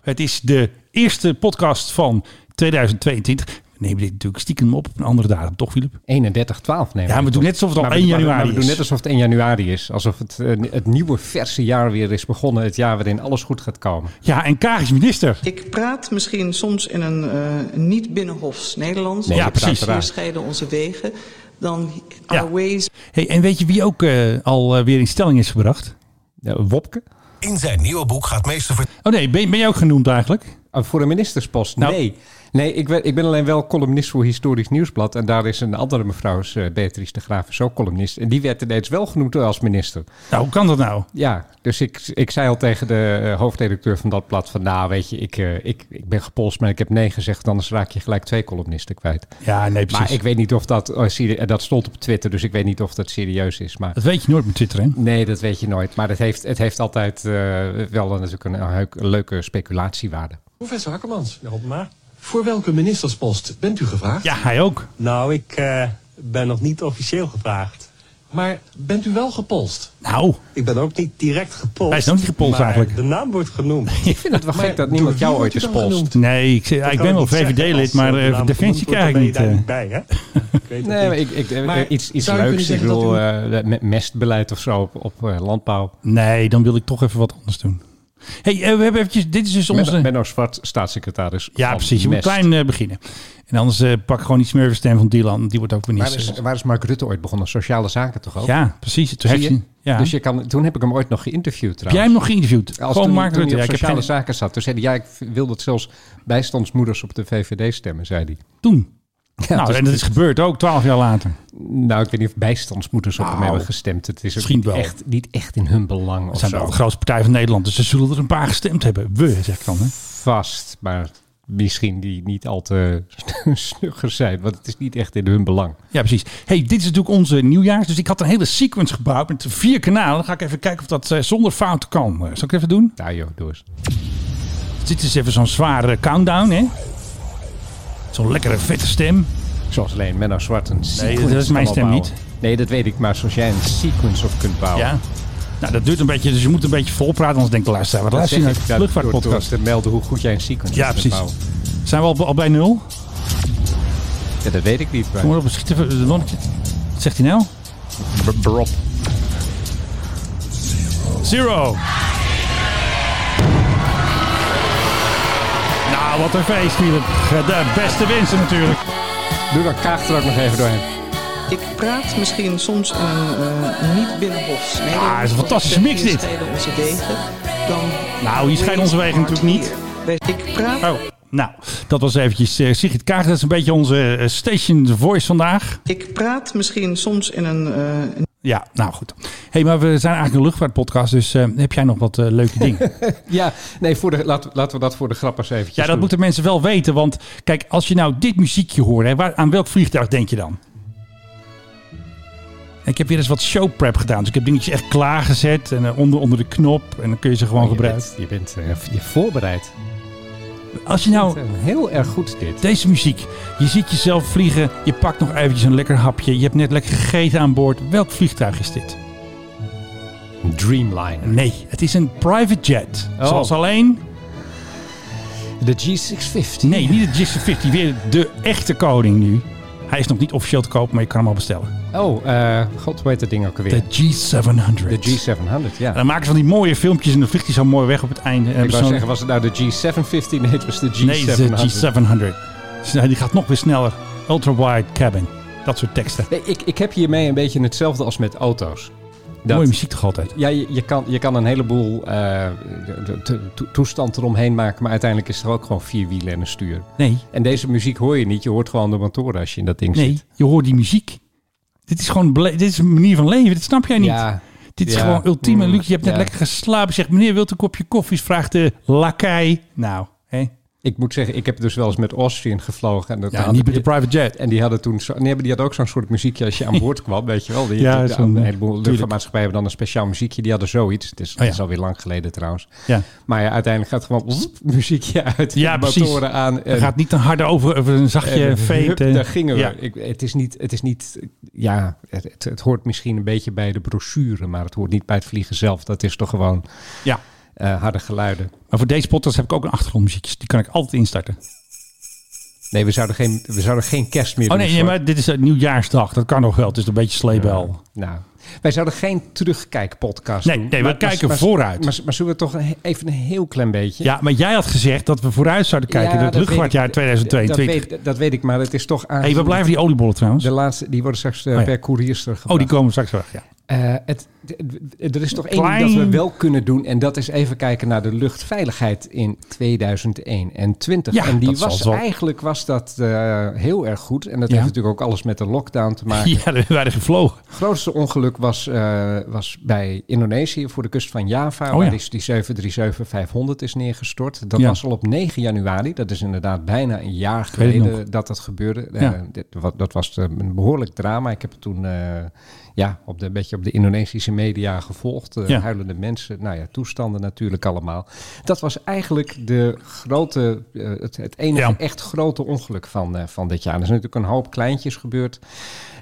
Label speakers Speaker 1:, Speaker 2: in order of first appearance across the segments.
Speaker 1: Het is de eerste podcast van 2022. We nemen dit natuurlijk stiekem op op een andere datum, toch Filip?
Speaker 2: 31, 12 nemen
Speaker 1: Ja, we
Speaker 2: op.
Speaker 1: doen net alsof het al
Speaker 2: Maar
Speaker 1: 1
Speaker 2: we- maar we-
Speaker 1: januari
Speaker 2: maar we
Speaker 1: is.
Speaker 2: doen net alsof het 1 januari is. Alsof het, eh, het nieuwe verse jaar weer is begonnen. Het jaar waarin alles goed gaat komen.
Speaker 1: Ja, en Kaag is minister.
Speaker 3: Ik praat misschien soms in een eh, niet binnenhofs Nederlands.
Speaker 1: Nee, Ja, dat staat precies.
Speaker 3: Hier
Speaker 2: eruit.
Speaker 3: scheiden onze wegen. Dan
Speaker 1: Ja.
Speaker 3: our ways
Speaker 1: Hey, en weet je wie ook eh, al eh, weer in stelling is gebracht?
Speaker 2: Ja, Wopke?
Speaker 4: In zijn nieuwe boek gaat meester Ver-
Speaker 1: Oh nee, ben, ben jij ook genoemd eigenlijk?
Speaker 2: Ah, voor een ministerspost?
Speaker 1: Nou.
Speaker 2: Nee. Nee, ik ben, ik ben alleen wel columnist voor Historisch Nieuwsblad. En daar is een andere mevrouw, is, eh, Beatrice de Graaf, is ook columnist. En die werd ineens wel genoemd als minister.
Speaker 1: Nou, hoe kan dat nou?
Speaker 2: Ja, dus ik, ik zei al tegen de eh, hoofdredacteur van dat blad van... nou, weet je, ik, eh, ik, ik ben gepolst, maar ik heb nee gezegd... anders raak je gelijk twee columnisten kwijt.
Speaker 1: Ja, nee, precies.
Speaker 2: Maar ik weet niet of dat... oh, serie- eh, dat stond op Twitter, dus ik weet niet of dat serieus is. Maar
Speaker 1: Dat weet je nooit met Twitter, hè?
Speaker 2: nee, dat weet je nooit. Maar het heeft, het heeft altijd eh, wel natuurlijk een, heuk- een leuke speculatiewaarde.
Speaker 5: Professor Hakkermans,
Speaker 6: Ja, maar.
Speaker 5: voor welke ministerspost bent u gevraagd?
Speaker 1: Ja, hij ook.
Speaker 6: Nou, ik eh, ben nog niet officieel gevraagd.
Speaker 5: Maar bent u wel gepolst?
Speaker 1: Nou,
Speaker 6: Ik ben ook niet direct gepolst.
Speaker 1: Hij is nog niet gepolst
Speaker 6: maar
Speaker 1: eigenlijk.
Speaker 6: De naam wordt genoemd.
Speaker 2: Ik vind het wel
Speaker 5: Maar
Speaker 2: gek dat
Speaker 5: door
Speaker 2: niemand
Speaker 5: wie
Speaker 2: jou
Speaker 5: wordt
Speaker 2: ooit
Speaker 5: u
Speaker 2: is
Speaker 5: dan
Speaker 2: polst.
Speaker 5: genoemd?
Speaker 1: nee, ik, ik ben wel VVD-lid, maar eh,
Speaker 6: de
Speaker 1: Defensie krijg ik niet.
Speaker 6: daar
Speaker 1: eh.
Speaker 6: niet bij, hè? Ik weet het
Speaker 2: Nee, maar
Speaker 6: niet.
Speaker 2: ik, ik, eh,
Speaker 5: Maar
Speaker 2: iets, iets
Speaker 5: zou je
Speaker 2: leuks. Ik
Speaker 5: kunnen zeggen
Speaker 2: bedoel,
Speaker 5: dat
Speaker 2: eh, met mestbeleid of zo op, op eh, landbouw.
Speaker 1: Nee, dan wil ik toch even wat anders doen. hey, eh, we hebben eventjes... Dit is dus onze...
Speaker 2: Benno, Benno Zwart, staatssecretaris
Speaker 1: ja,
Speaker 2: van
Speaker 1: precies. Je moet
Speaker 2: Mest.
Speaker 1: klein eh, beginnen. En anders eh, pak gewoon die smurfenstem van Dylan. Die wordt ook
Speaker 2: Waar
Speaker 1: minister.
Speaker 2: is, waar is Mark Rutte ooit begonnen? Sociale zaken toch ook?
Speaker 1: Ja, precies. Het
Speaker 2: Zie je?
Speaker 1: heft- ja.
Speaker 2: Dus je kan, toen heb ik hem ooit nog
Speaker 1: heb
Speaker 2: geïnterviewd
Speaker 1: jij
Speaker 2: trouwens.
Speaker 1: hem nog geïnterviewd?
Speaker 2: Als
Speaker 1: gewoon
Speaker 2: toen,
Speaker 1: Mark
Speaker 2: toen
Speaker 1: Rutte. Ja,
Speaker 2: hij
Speaker 1: ik
Speaker 2: op
Speaker 1: heb
Speaker 2: sociale
Speaker 1: geen...
Speaker 2: zaken zat. Toen zei hij, ja, ik wil dat zelfs bijstandsmoeders op de VVD stemmen, zei hij.
Speaker 1: Toen.
Speaker 2: Ja,
Speaker 1: nou,
Speaker 2: dus-
Speaker 1: en dat is gebeurd ook, twaalf jaar later.
Speaker 2: Nou, ik weet niet of bijstandsmoeders op hem
Speaker 1: Nou,
Speaker 2: hebben gestemd. Het is ook
Speaker 1: misschien
Speaker 2: niet
Speaker 1: wel.
Speaker 2: echt, niet echt in hun belang
Speaker 1: Dat
Speaker 2: of
Speaker 1: zijn
Speaker 2: zo.
Speaker 1: wel de grootste partij van Nederland. Dus ze zullen er een paar gestemd hebben. We, zeg ik dan. Hè.
Speaker 2: Vast, maar misschien die niet al te snugger zijn. Want het is niet echt in hun belang.
Speaker 1: Ja, precies. hey, dit is natuurlijk onze nieuwjaars. Dus ik had een hele sequence gebouwd met vier kanalen. Dan ga ik even kijken of dat eh, zonder fouten kan. Eh, zal ik het even doen?
Speaker 2: Nou joh, doe eens.
Speaker 1: Dus dit is even zo'n zware countdown, hè? Zo'n lekkere vette stem.
Speaker 2: Zoals alleen Menno Zwart een sequence
Speaker 1: dat is mijn
Speaker 2: kan
Speaker 1: stem
Speaker 2: opbouwen. Nee, dat weet ik. Maar zoals jij een sequence op kunt bouwen.
Speaker 1: Ja. Nou, dat duurt een beetje, dus je moet een beetje volpraten. Anders denkt de luisteraar, wat
Speaker 2: Dat
Speaker 1: luister je
Speaker 2: zeg
Speaker 1: naar
Speaker 2: ik
Speaker 1: nou de
Speaker 2: dat door, door
Speaker 1: luchtvaartpodcast?
Speaker 2: te melden hoe goed jij een sequence
Speaker 1: Ja,
Speaker 2: kunt
Speaker 1: precies.
Speaker 2: bouwen.
Speaker 1: Zijn we al, al bij nul?
Speaker 2: Ja, dat weet ik niet. Maar...
Speaker 1: Kom maar op, schiet even eh, een lampje. Wat zegt hij nou?
Speaker 2: B- Brop.
Speaker 1: Zero. Nou, wat een feest, Philip. De beste winsten natuurlijk.
Speaker 2: Doe dan kaag er ook nog even doorheen.
Speaker 3: Ik praat misschien soms in een eh, niet binnenhofs Nederlands.
Speaker 1: Ah, is een fantastische mix
Speaker 3: Hier
Speaker 1: dit.
Speaker 3: scheiden onze wegen. Dan
Speaker 1: Nou, hier scheiden onze wegen natuurlijk niet.
Speaker 3: Wij- Ik praat
Speaker 1: Oh, nou, dat was eventjes eh, Sigrid Kaag. Dat is een beetje onze eh, station voice vandaag.
Speaker 3: Ik praat misschien soms in een eh,
Speaker 1: Ja, nou goed. hey, maar we zijn eigenlijk een luchtvaartpodcast, dus eh, heb jij nog wat eh, leuke dingen?
Speaker 2: Ja, nee, voor de, laten, laten we dat voor de grappers eventjes
Speaker 1: ja, dat
Speaker 2: doen.
Speaker 1: moeten mensen wel weten, want kijk, als je nou dit muziekje hoort, hè, waar, aan welk vliegtuig denk je dan? Ik heb weer eens wat showprep gedaan, dus ik heb dingetjes echt klaargezet en eh, onder, onder de knop en dan kun je ze gewoon
Speaker 2: Oh, je
Speaker 1: gebruiken.
Speaker 2: bent, je bent eh, je voorbereid.
Speaker 1: Als je nou
Speaker 2: Eh, Heel erg goed dit.
Speaker 1: Deze muziek. Je ziet jezelf vliegen. Je pakt nog eventjes een lekker hapje. Je hebt net lekker gegeten aan boord. Welk vliegtuig is dit?
Speaker 2: Dreamliner.
Speaker 1: Nee, het is een private jet.
Speaker 2: Oh.
Speaker 1: Zoals alleen...
Speaker 2: De G650.
Speaker 1: Nee, niet de G50. Weer de echte koning nu. Hij is nog niet officieel te koop, maar je kan hem al bestellen.
Speaker 2: Oh, eh, god, hoe heet dat ding ook
Speaker 1: De
Speaker 2: alweer?
Speaker 1: G700.
Speaker 2: De G700, ja.
Speaker 1: En dan maken ze van die mooie filmpjes en dan vliegt hij zo mooi weg op het einde. En
Speaker 2: ik
Speaker 1: hebben
Speaker 2: wou
Speaker 1: zo'n-
Speaker 2: zeggen, was het nou de G750? Nee, het was de G700.
Speaker 1: Nee, het is de G700. Dus, nou, Die gaat nog weer sneller. Ultra wide cabin. Dat soort teksten.
Speaker 2: Nee, ik, ik heb hiermee een beetje hetzelfde als met auto's. Dat-
Speaker 1: Mooie muziek toch altijd.
Speaker 2: Ja, je, je, kan, je kan een heleboel eh, de- de- to- toestand eromheen maken, maar uiteindelijk is er ook gewoon vier wielen en een stuur.
Speaker 1: Nee,
Speaker 2: En deze muziek hoor je niet, je hoort gewoon de motoren als je in dat ding
Speaker 1: Nee,
Speaker 2: zit.
Speaker 1: je hoort die muziek. Dit is gewoon bele- dit is een manier van leven. Dit snap jij niet.
Speaker 2: Ja,
Speaker 1: dit is
Speaker 2: ja.
Speaker 1: gewoon ultieme
Speaker 2: Mm,
Speaker 1: luxe. Je hebt net
Speaker 2: ja.
Speaker 1: lekker geslapen. Zegt meneer, wilt u een kopje koffie? Vraagt de lakai. Nou, hè?
Speaker 2: ik moet zeggen, ik heb dus wel eens met Austrian gevlogen. En, dat
Speaker 1: Ja,
Speaker 2: had-
Speaker 1: niet met de private jet.
Speaker 2: en die hadden toen zo, nee, maar die hadden ook zo'n soort muziekje als je aan boord kwam, weet je wel. Die,
Speaker 1: Ja,
Speaker 2: die-
Speaker 1: zo'n-
Speaker 2: een heleboel
Speaker 1: tuurlijk. Oh
Speaker 2: luchtvaartmaatschappijen hebben dan een speciaal muziekje, die hadden zoiets. Het is, het
Speaker 1: ja.
Speaker 2: is alweer lang geleden trouwens.
Speaker 1: Ja.
Speaker 2: Maar ja, uiteindelijk gaat gewoon zoep, muziekje uit,
Speaker 1: Ja,
Speaker 2: de
Speaker 1: precies.
Speaker 2: motoren aan.
Speaker 1: Er
Speaker 2: en-
Speaker 1: gaat niet een harde over, over een
Speaker 2: En,
Speaker 1: zachtje
Speaker 2: eh,
Speaker 1: veet.
Speaker 2: hup,
Speaker 1: eh.
Speaker 2: daar gingen we.
Speaker 1: Ja.
Speaker 2: Ik, het, is niet, het is niet, ja, het, het, het hoort misschien een beetje bij de brochure, maar het hoort niet bij het vliegen zelf. Dat is toch gewoon
Speaker 1: Ja.
Speaker 2: eh, harde geluiden.
Speaker 1: Maar voor deze podcast heb ik ook een achtergrondmuziekje. Die kan ik altijd instarten.
Speaker 2: Nee, we zouden geen, we zouden geen kerst meer
Speaker 1: Oh
Speaker 2: doen.
Speaker 1: nee, nee
Speaker 2: Cor.
Speaker 1: maar dit is het nieuwjaarsdag. Dat kan nog wel. Het is een beetje sleebel.
Speaker 2: Nou, wij zouden geen terugkijkpodcast
Speaker 1: Nee,
Speaker 2: doen.
Speaker 1: nee, we kijken
Speaker 2: maar,
Speaker 1: vooruit.
Speaker 2: Maar, maar zullen we toch een he- even een heel klein beetje...
Speaker 1: Ja, maar jij had gezegd dat we vooruit zouden kijken
Speaker 2: Ja,
Speaker 1: in het
Speaker 2: dat weet
Speaker 1: luchtvaartjaar
Speaker 2: ik. Dat
Speaker 1: 2022.
Speaker 2: weet- Dat weet, ik, maar het is toch aan.
Speaker 1: hey, waar blijven die oliebollen trouwens?
Speaker 2: De laatste, die worden straks eh,
Speaker 1: Oh ja.
Speaker 2: per couriers teruggebracht.
Speaker 1: Oh, die komen straks weg, ja.
Speaker 2: Eh, het, d- d- er is toch één ding
Speaker 1: Klein-
Speaker 2: dat we wel kunnen doen. En dat is even kijken naar de luchtveiligheid in 2021. en 20.
Speaker 1: Ja,
Speaker 2: en die
Speaker 1: dat zal
Speaker 2: was
Speaker 1: het wel.
Speaker 2: eigenlijk was dat eh, heel erg goed. En dat
Speaker 1: Ja.
Speaker 2: heeft natuurlijk ook alles met de lockdown te maken.
Speaker 1: Ja, daar hebben wij er gevlogen.
Speaker 2: Het grootste ongeluk was, eh, was bij Indonesië voor de kust van Java.
Speaker 1: Oh
Speaker 2: waar
Speaker 1: ja.
Speaker 2: die, die 737-500 is neergestort. Dat
Speaker 1: Ja.
Speaker 2: was al op 9 januari. Dat is inderdaad bijna een jaar
Speaker 1: weet het
Speaker 2: geleden dat dat gebeurde. Eh,
Speaker 1: Ja.
Speaker 2: dit, wat, dat was eh, een behoorlijk drama. Ik heb het toen eh, ja, op de, een beetje op de Indonesische media gevolgd. Eh,
Speaker 1: Ja.
Speaker 2: Huilende mensen, nou ja, toestanden natuurlijk allemaal. Dat was eigenlijk de grote, eh, het, het enige
Speaker 1: Ja.
Speaker 2: echt grote ongeluk van, eh, van dit jaar. Er is natuurlijk een hoop kleintjes gebeurd.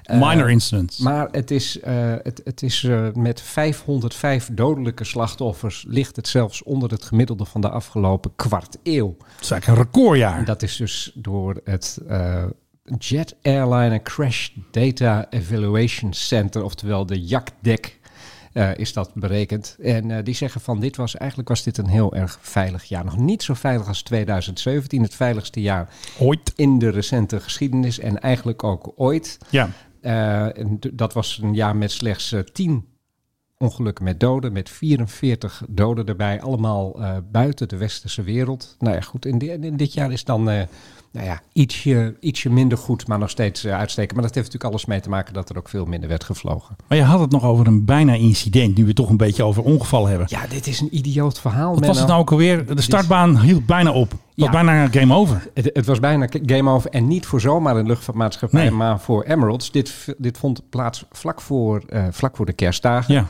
Speaker 2: Eh,
Speaker 1: Minor incidents.
Speaker 2: maar het is, eh, het, het is eh, met 505 dodelijke slachtoffers ligt het zelfs onder het gemiddelde van de afgelopen kwart eeuw.
Speaker 1: Het is eigenlijk een recordjaar.
Speaker 2: En dat is dus door het eh, Jet Airliner Crash Data Evaluation Center, oftewel de JACDEC. eh, is dat berekend. En eh, die zeggen van dit was eigenlijk was dit een heel erg veilig jaar. Nog niet zo veilig als 2017, het veiligste jaar
Speaker 1: Ooit.
Speaker 2: in de recente geschiedenis en eigenlijk ook ooit.
Speaker 1: Ja.
Speaker 2: Eh, en d- dat was een jaar met slechts eh, 10 ongelukken met doden, met 44 doden erbij, allemaal eh, buiten de westerse wereld. Nou ja, goed, in, di- in dit jaar is dan eh, nou ja, ietsje, ietsje minder goed, maar nog steeds eh, uitstekend. Maar dat heeft natuurlijk alles mee te maken dat er ook veel minder werd gevlogen.
Speaker 1: Maar je had het nog over een bijna incident, nu we het toch een beetje over ongevallen hebben.
Speaker 2: Ja, dit is een idioot verhaal.
Speaker 1: Wat was
Speaker 2: Menno.
Speaker 1: het nou ook alweer? De startbaan hield bijna op. Het was
Speaker 2: Ja.
Speaker 1: bijna game over.
Speaker 2: Het, het was bijna game over en niet voor zomaar een luchtvaartmaatschappij,
Speaker 1: Nee.
Speaker 2: maar voor Emirates. Dit, v- dit vond plaats vlak voor, eh, vlak voor de kerstdagen.
Speaker 1: Ja.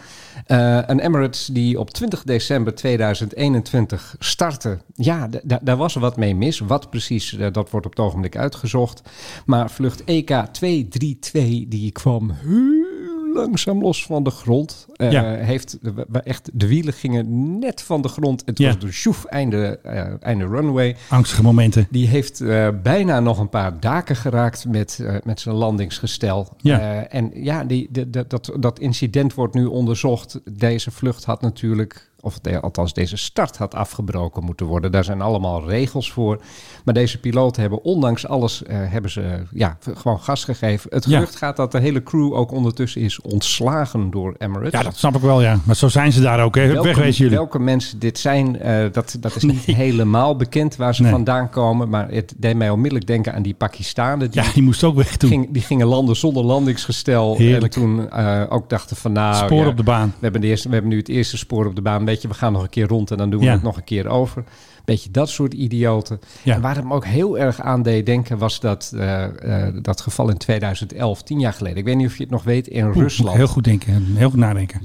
Speaker 2: Eh, een Emirates die op 20 december 2021 startte. Ja, d- d- daar was wat mee mis. Wat precies, eh, dat wordt op het ogenblik uitgezocht. Maar vlucht E EK232, die kwam heel langzaam los van de grond. Eh,
Speaker 1: Ja.
Speaker 2: heeft, w- w- echt, de wielen gingen net van de grond. Het
Speaker 1: Ja.
Speaker 2: was de sjoef, einde, eh, einde runway.
Speaker 1: Angstige momenten.
Speaker 2: Die heeft eh, bijna nog een paar daken geraakt met, eh, met zijn landingsgestel.
Speaker 1: Ja.
Speaker 2: Eh, en ja, die, de- de- dat, dat incident wordt nu onderzocht. Deze vlucht had natuurlijk, of de- althans deze start had afgebroken moeten worden. Daar zijn allemaal regels voor. Maar deze piloten hebben ondanks alles eh, hebben ze, ja, v- gewoon gas gegeven. Het
Speaker 1: Ja.
Speaker 2: gerucht gaat dat de hele crew ook ondertussen is ontslagen door Emirates.
Speaker 1: Ja, dat snap ik wel, ja. Maar zo zijn ze daar ook, hè. Wegwezen jullie.
Speaker 2: welke mensen dit zijn, eh, dat, dat is niet helemaal bekend waar ze
Speaker 1: Nee.
Speaker 2: vandaan komen. Maar het deed mij onmiddellijk denken aan die Pakistanen. Die,
Speaker 1: Ja, die moest ook weg toen.
Speaker 2: ging, die gingen landen zonder landingsgestel.
Speaker 1: Heerlijk.
Speaker 2: En toen eh, ook dachten van nou...
Speaker 1: Spoor
Speaker 2: ja,
Speaker 1: op de baan.
Speaker 2: we hebben, de eerste, we hebben nu het eerste spoor op de baan. Weet je, we gaan nog een keer rond en dan doen we
Speaker 1: Ja.
Speaker 2: het nog een keer over. Beetje dat soort idioten.
Speaker 1: Ja.
Speaker 2: En waar het me ook heel erg aan deed denken was dat, eh, eh, dat geval in 2011, tien jaar geleden. Ik weet niet of je het nog weet, in
Speaker 1: Oeh, moet ik
Speaker 2: Rusland.
Speaker 1: Heel goed denken. Heel goed nadenken.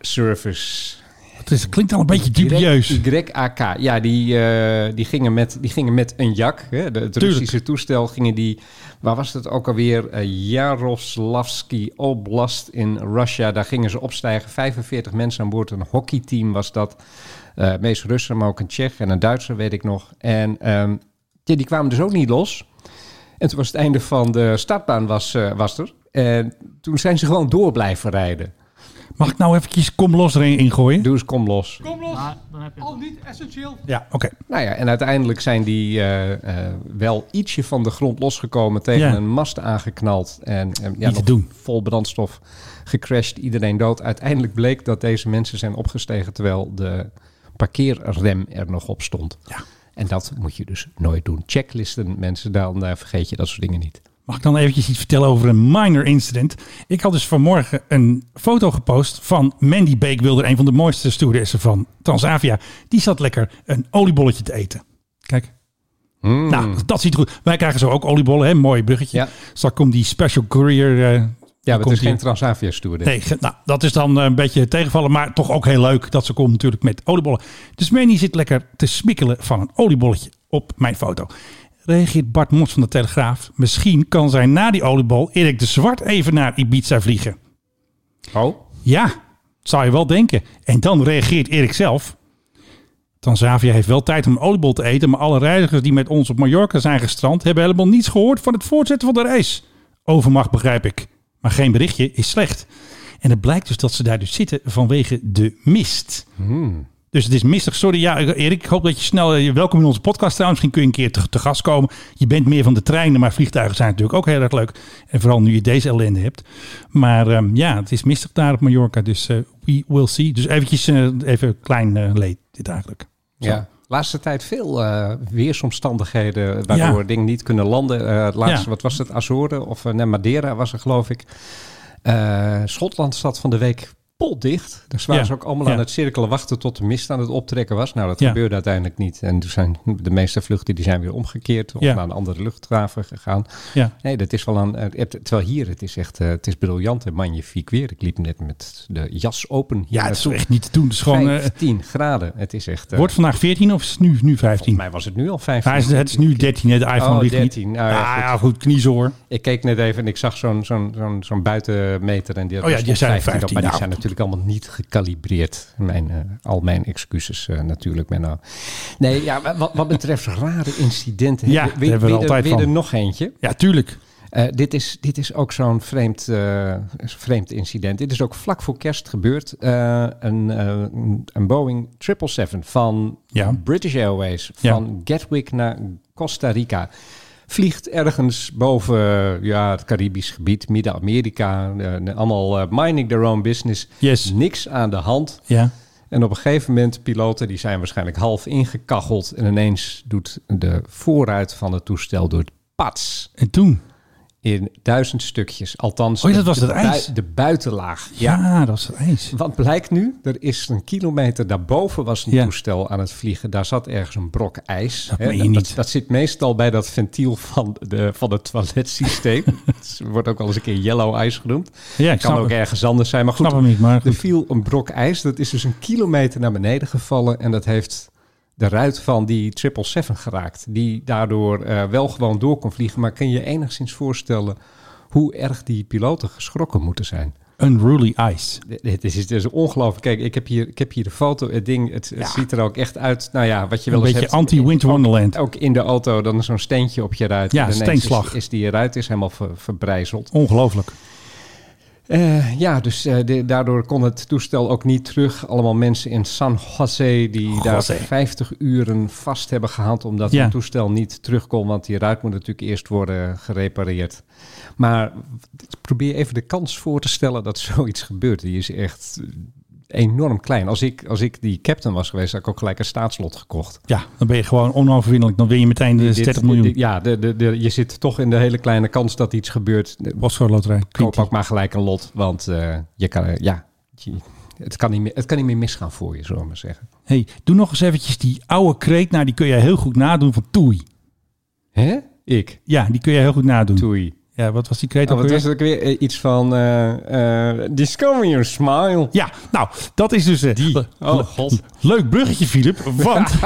Speaker 2: Jak-service.
Speaker 1: Het is, klinkt al een beetje dubieus.
Speaker 2: YAK. Ja, die, eh, die, gingen met, die gingen met een jak. Hè, de, het Russische toestel gingen die... Waar was dat ook alweer? Eh, Yaroslavsky Oblast in Russia. Daar gingen ze opstijgen. 45 mensen aan boord. Een hockeyteam was dat. Eh meest Russen, maar ook een Tsjech en een Duitser, weet ik nog. En ehm, ja, die kwamen dus ook niet los. En toen was het einde van de startbaan was, eh, was er. En toen zijn ze gewoon door blijven rijden.
Speaker 1: Mag ik nou eventjes kom los erin ingooien?
Speaker 2: Doe eens, kom los.
Speaker 1: Ja, oké.
Speaker 2: Nou ja, en uiteindelijk zijn die eh, eh, wel ietsje van de grond losgekomen, tegen
Speaker 1: Ja.
Speaker 2: een mast aangeknald en, en ja,
Speaker 1: te
Speaker 2: nog
Speaker 1: doen.
Speaker 2: vol brandstof gecrashed, iedereen dood. Uiteindelijk bleek dat deze mensen zijn opgestegen terwijl de parkeerrem er nog op stond.
Speaker 1: Ja.
Speaker 2: En dat moet je dus nooit doen. Checklisten, mensen, dan eh, vergeet je dat soort dingen niet.
Speaker 1: Mag ik dan eventjes iets vertellen over een minor incident? Ik had dus vanmorgen een foto gepost van Mandy Beekwilder, een van de mooiste stewardessen van Transavia. Die zat lekker een oliebolletje te eten. Kijk. Nou, dat ziet er goed. Wij krijgen zo ook oliebollen, hè? Mooi buggetje.
Speaker 2: Hmm. Ja.
Speaker 1: Straks komt die special courier. eh
Speaker 2: Ja, maar het
Speaker 1: komt
Speaker 2: is geen
Speaker 1: hier.
Speaker 2: Transavia stewardess.
Speaker 1: Nee, ge- nou, dat is dan eh, een beetje tegenvallen, maar toch ook heel leuk dat ze komt natuurlijk met oliebollen. Dus Manny zit lekker te smikkelen van een oliebolletje op mijn foto. Reageert Bart Mos van de Telegraaf. Misschien kan zij na die oliebol Erik de Zwart even naar Ibiza vliegen.
Speaker 2: Oh,
Speaker 1: Ja, zou je wel denken. En dan reageert Erik zelf. Transavia heeft wel tijd om een oliebol te eten, maar alle reizigers die met ons op Mallorca zijn gestrand hebben helemaal niets gehoord van het voortzetten van de reis. Overmacht begrijp ik, maar geen berichtje is slecht. En het blijkt dus dat ze daar dus zitten vanwege de mist. Dus het is mistig. Sorry, ja, Erik, ik hoop dat je snel... eh, Welkom in onze podcast trouwens. Misschien kun je een keer te, te gast komen. Je bent meer van de treinen, maar vliegtuigen zijn natuurlijk ook heel erg leuk. En vooral nu je deze ellende hebt. Maar ehm, ja, het is mistig daar op Mallorca. Dus eh, we will see. Dus eventjes eh, even een klein eh, leed dit eigenlijk. Zo.
Speaker 2: Ja. Laatste tijd veel eh, weersomstandigheden waardoor dingen niet kunnen landen. Eh, het laatste,
Speaker 1: Ja.
Speaker 2: wat was het? Azoren of eh, nee, Madeira was er geloof ik. Eh, Schotland staat van de week potdicht. Daar waren
Speaker 1: Ja.
Speaker 2: ze ook allemaal
Speaker 1: Ja.
Speaker 2: aan het cirkelen wachten tot de mist aan het optrekken was. Nou, dat
Speaker 1: Ja.
Speaker 2: gebeurde uiteindelijk niet. En toen zijn de meeste vluchten die zijn weer omgekeerd of
Speaker 1: Ja.
Speaker 2: naar een andere luchthaven gegaan.
Speaker 1: Ja.
Speaker 2: Nee, dat is wel een. eh, het- Terwijl hier, het is echt, eh, het is briljant en magnifiek weer. Ik liep net met de jas open. hier
Speaker 1: ja, het is
Speaker 2: naartoe.
Speaker 1: toch echt niet te doen. Het is gewoon... eh,
Speaker 2: 15 graden. Het is echt. eh,
Speaker 1: wordt vandaag 14 of is het nu, nu 15?
Speaker 2: Volgens mij was het nu al 15.
Speaker 1: Hij is, het is nu 13, hè. de iPhone
Speaker 2: Oh,
Speaker 1: ligt
Speaker 2: 13.
Speaker 1: niet.
Speaker 2: Nou ja,
Speaker 1: ah,
Speaker 2: goed.
Speaker 1: ja, goed, kniezoor.
Speaker 2: Ik keek net even en ik zag zo'n zo'n zo'n zo'n buitenmeter. En die
Speaker 1: Oh ja, die zijn
Speaker 2: 15,
Speaker 1: 15,
Speaker 2: Maar die
Speaker 1: nou.
Speaker 2: zijn natuurlijk allemaal niet gecalibreerd. Mijn, eh, al mijn excuses eh, natuurlijk, Menno. Nee, ja, maar wat, wat betreft rare incidenten.
Speaker 1: Ja, daar hebben we er
Speaker 2: weer,
Speaker 1: altijd
Speaker 2: weer
Speaker 1: van.
Speaker 2: er nog eentje.
Speaker 1: Ja, tuurlijk.
Speaker 2: Eh, dit, is, dit is ook zo'n vreemd, eh, vreemd incident. Dit is ook vlak voor kerst gebeurd. Eh, een, eh, een Boeing 777 van
Speaker 1: Ja.
Speaker 2: British Airways
Speaker 1: Ja.
Speaker 2: van Gatwick naar Costa Rica. Vliegt ergens boven eh, ja, het Caribisch gebied, Midden-Amerika. eh, allemaal eh, minding their own business.
Speaker 1: Yes.
Speaker 2: Niks aan de hand.
Speaker 1: Ja.
Speaker 2: En op een gegeven moment, piloten die zijn waarschijnlijk half ingekacheld. En ineens doet de vooruit van het toestel door het pats
Speaker 1: En toen?
Speaker 2: in duizend stukjes. Althans,
Speaker 1: Oh ja, dat was
Speaker 2: de,
Speaker 1: het
Speaker 2: de
Speaker 1: ijs.
Speaker 2: bui- de buitenlaag.
Speaker 1: Ja, dat is het ijs.
Speaker 2: Wat blijkt nu? Er is een kilometer daarboven was een
Speaker 1: Ja.
Speaker 2: toestel aan het vliegen. Daar zat ergens een brok ijs.
Speaker 1: Dat
Speaker 2: Hè,
Speaker 1: meen je
Speaker 2: dat,
Speaker 1: niet.
Speaker 2: dat zit meestal bij dat ventiel van, de, van het toiletsysteem. Het wordt ook wel eens een keer yellow ijs genoemd.
Speaker 1: Ja, ik
Speaker 2: kan
Speaker 1: snap
Speaker 2: ook
Speaker 1: het.
Speaker 2: ergens anders zijn. Maar goed,
Speaker 1: Snap hem niet, maar
Speaker 2: er
Speaker 1: goed.
Speaker 2: viel een brok ijs. Dat is dus een kilometer naar beneden gevallen. En dat heeft de ruit van die 777 geraakt. Die daardoor eh, wel gewoon door kon vliegen. Maar kun je enigszins voorstellen hoe erg die piloten geschrokken moeten zijn?
Speaker 1: Unruly ice.
Speaker 2: Dit- Dit is, dit is ongelooflijk. Kijk, ik heb, hier, ik heb hier de foto. Het ding, het, het ziet er ook echt uit. Nou ja, wat je
Speaker 1: Een
Speaker 2: wel eens
Speaker 1: beetje
Speaker 2: hebt.
Speaker 1: anti-Winter Wonderland.
Speaker 2: Ook in de auto, dan is zo'n steentje op je ruit.
Speaker 1: Ja,
Speaker 2: En ineens
Speaker 1: steenslag.
Speaker 2: Is, is die ruit is helemaal ver, verbrijzeld.
Speaker 1: Ongelooflijk.
Speaker 2: Eh, ja, dus eh, de- daardoor kon het toestel ook niet terug. Allemaal mensen in San Jose die daar
Speaker 1: Jose.
Speaker 2: 50 uren vast hebben gehaald omdat
Speaker 1: Ja.
Speaker 2: het toestel niet terug kon. Want die ruit moet natuurlijk eerst worden gerepareerd. Maar probeer even de kans voor te stellen dat zoiets gebeurt. Die is echt eh, enorm klein. Als ik, als ik die captain was geweest, had ik ook gelijk een staatslot gekocht.
Speaker 1: Ja, dan ben je gewoon onoverwinnelijk. Dan win je meteen de
Speaker 2: Dit-
Speaker 1: 30 Dus miljoen.
Speaker 2: dit- ja, de, de, de, je zit toch in de hele kleine kans dat iets gebeurt.
Speaker 1: Bosco Loterij.
Speaker 2: Koop
Speaker 1: Quinty.
Speaker 2: ook maar gelijk een lot, want eh, je kan, eh, ja, je- het, kan niet meer, het kan niet meer misgaan voor je, zullen we maar zeggen.
Speaker 1: Hey, doe nog eens eventjes die oude kreet. Nou, die kun jij heel goed nadoen van Toei.
Speaker 2: Hè? Ik,
Speaker 1: Ja, die kun jij heel goed nadoen.
Speaker 2: toei.
Speaker 1: Ja, wat was die kreet
Speaker 2: Oh,
Speaker 1: ook
Speaker 2: wat
Speaker 1: weer?
Speaker 2: was het ook weer? Eh, Iets van eh, eh, Discover Your Smile.
Speaker 1: Ja, nou, dat is dus... eh, le-
Speaker 2: Oh,
Speaker 1: le-
Speaker 2: god.
Speaker 1: Leuk bruggetje, Filip. Want ze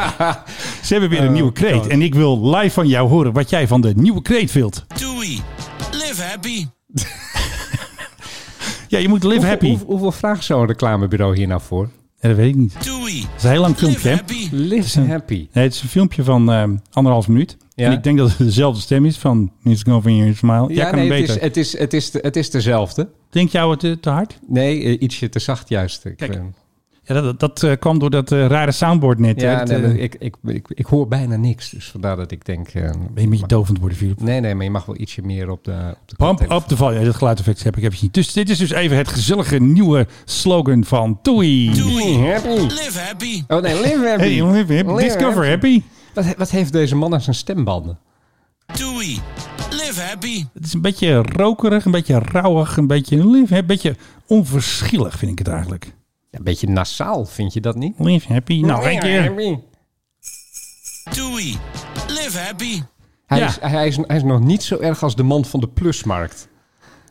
Speaker 1: hebben
Speaker 2: Oh,
Speaker 1: weer een nieuwe kreet. En ik wil live van jou horen wat jij van de nieuwe kreet wilt.
Speaker 4: Doei. Live happy.
Speaker 1: Ja, je moet live
Speaker 2: Hoeveel-
Speaker 1: happy.
Speaker 2: hoe- hoeveel vraagt zo'n reclamebureau hier nou voor?
Speaker 1: Ja, dat weet ik niet.
Speaker 4: Doei.
Speaker 1: Het is een heel lang filmpje, hè?
Speaker 2: Live happy.
Speaker 1: Nee, het is een filmpje van ehm, anderhalf minuut.
Speaker 2: Ja.
Speaker 1: En ik denk dat het dezelfde stem is van It's Going From Your Smile. Jij kan hem
Speaker 2: het,
Speaker 1: beter.
Speaker 2: is, het, is, het, is, de- het is dezelfde.
Speaker 1: Denk jou het eh, te hard?
Speaker 2: Nee, eh, ietsje te zacht juist. Ik,
Speaker 1: Kijk,
Speaker 2: eh,
Speaker 1: Ja, dat, dat eh, kwam door dat eh, rare soundboard net. hè?
Speaker 2: ja,
Speaker 1: Het,
Speaker 2: nee,
Speaker 1: eh,
Speaker 2: maar ik, ik, ik, ik hoor bijna niks, dus vandaar dat ik denk... eh,
Speaker 1: ben je een beetje dovend worden, Filip?
Speaker 2: nee, nee, maar je mag wel ietsje meer op de... Op de
Speaker 1: Pump
Speaker 2: koptelefoon.
Speaker 1: up the volume. Ja, dat geluideffect heb ik even niet. Dus dit is dus even het gezellige nieuwe slogan van Toei.
Speaker 2: Happy.
Speaker 4: Live happy.
Speaker 2: Oh nee, live happy.
Speaker 1: Hey, jongen, even,
Speaker 2: Live
Speaker 1: discover
Speaker 2: happy.
Speaker 1: happy.
Speaker 2: Wat, he- wat heeft deze man aan zijn stembanden?
Speaker 4: Doei. Live happy.
Speaker 1: Het is een beetje rokerig, een beetje rauwig, een beetje lief, een beetje onverschillig vind ik het eigenlijk.
Speaker 2: Ja, een beetje nasaal, vind je dat niet?
Speaker 1: Live happy. Nou, één keer.
Speaker 4: Doei. Live happy.
Speaker 2: Hij,
Speaker 1: Ja.
Speaker 2: is, hij, is, hij is nog niet zo erg als de man van de plusmarkt.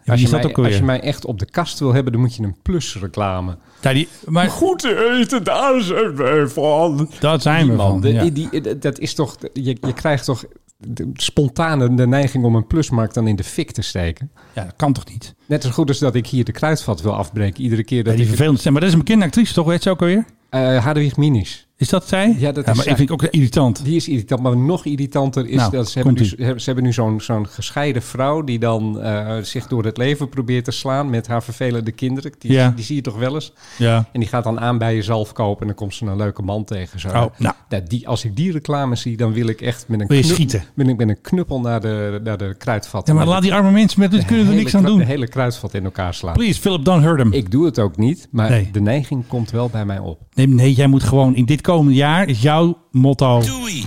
Speaker 1: Ja, die
Speaker 2: Als je,
Speaker 1: is dat
Speaker 2: mij,
Speaker 1: ook alweer.
Speaker 2: als je mij echt op de kast wil hebben, dan moet je een plusreclame.
Speaker 1: Ja, die, maar
Speaker 2: Goed eten, daar zijn wij van.
Speaker 1: dat zijn we
Speaker 2: Man,
Speaker 1: van.
Speaker 2: de-
Speaker 1: ja.
Speaker 2: die, die- dat is toch, je, je krijgt toch de- spontaan de neiging om een plusmarkt dan in de fik te steken.
Speaker 1: Ja, dat kan toch niet?
Speaker 2: Net zo goed als dat ik hier de kruidvat wil afbreken. Iedere keer dat
Speaker 1: Ja, die
Speaker 2: ik...
Speaker 1: vervelende stem. Maar dat is een bekende actrice, toch? Weet ze ook alweer?
Speaker 2: eh Hadewig Minis.
Speaker 1: Is dat zij?
Speaker 2: Ja, dat is
Speaker 1: maar
Speaker 2: zij.
Speaker 1: ik vind ik ook irritant.
Speaker 2: Die is irritant, maar nog irritanter is
Speaker 1: Nou,
Speaker 2: dat ze hebben, nu,
Speaker 1: komt-ie.
Speaker 2: ze hebben- ze hebben nu zo'n zo'n gescheiden vrouw die dan eh, zich door het leven probeert te slaan met haar vervelende kinderen. Die,
Speaker 1: Ja.
Speaker 2: die zie je toch wel eens?
Speaker 1: Ja.
Speaker 2: En die gaat dan aan bij jezelf kopen en dan komt ze een leuke man tegen. Zo.
Speaker 1: Oh, nou.
Speaker 2: Ja, die, als ik die reclame zie, dan wil ik echt met een,
Speaker 1: Wil je schieten?
Speaker 2: Met een, met een knuppel naar de, naar de kruidvat.
Speaker 1: Ja, maar laat die arme mensen met dit kunnen er
Speaker 2: Hele
Speaker 1: niks aan
Speaker 2: kru- De
Speaker 1: doen.
Speaker 2: hele kruidvat in elkaar slaan.
Speaker 1: Please, Philip, don't hurt him.
Speaker 2: Ik doe het ook niet, maar
Speaker 1: Nee.
Speaker 2: de neiging komt wel bij mij op.
Speaker 1: Nee, nee, jij moet gewoon in dit komende jaar is jouw motto
Speaker 4: Doei.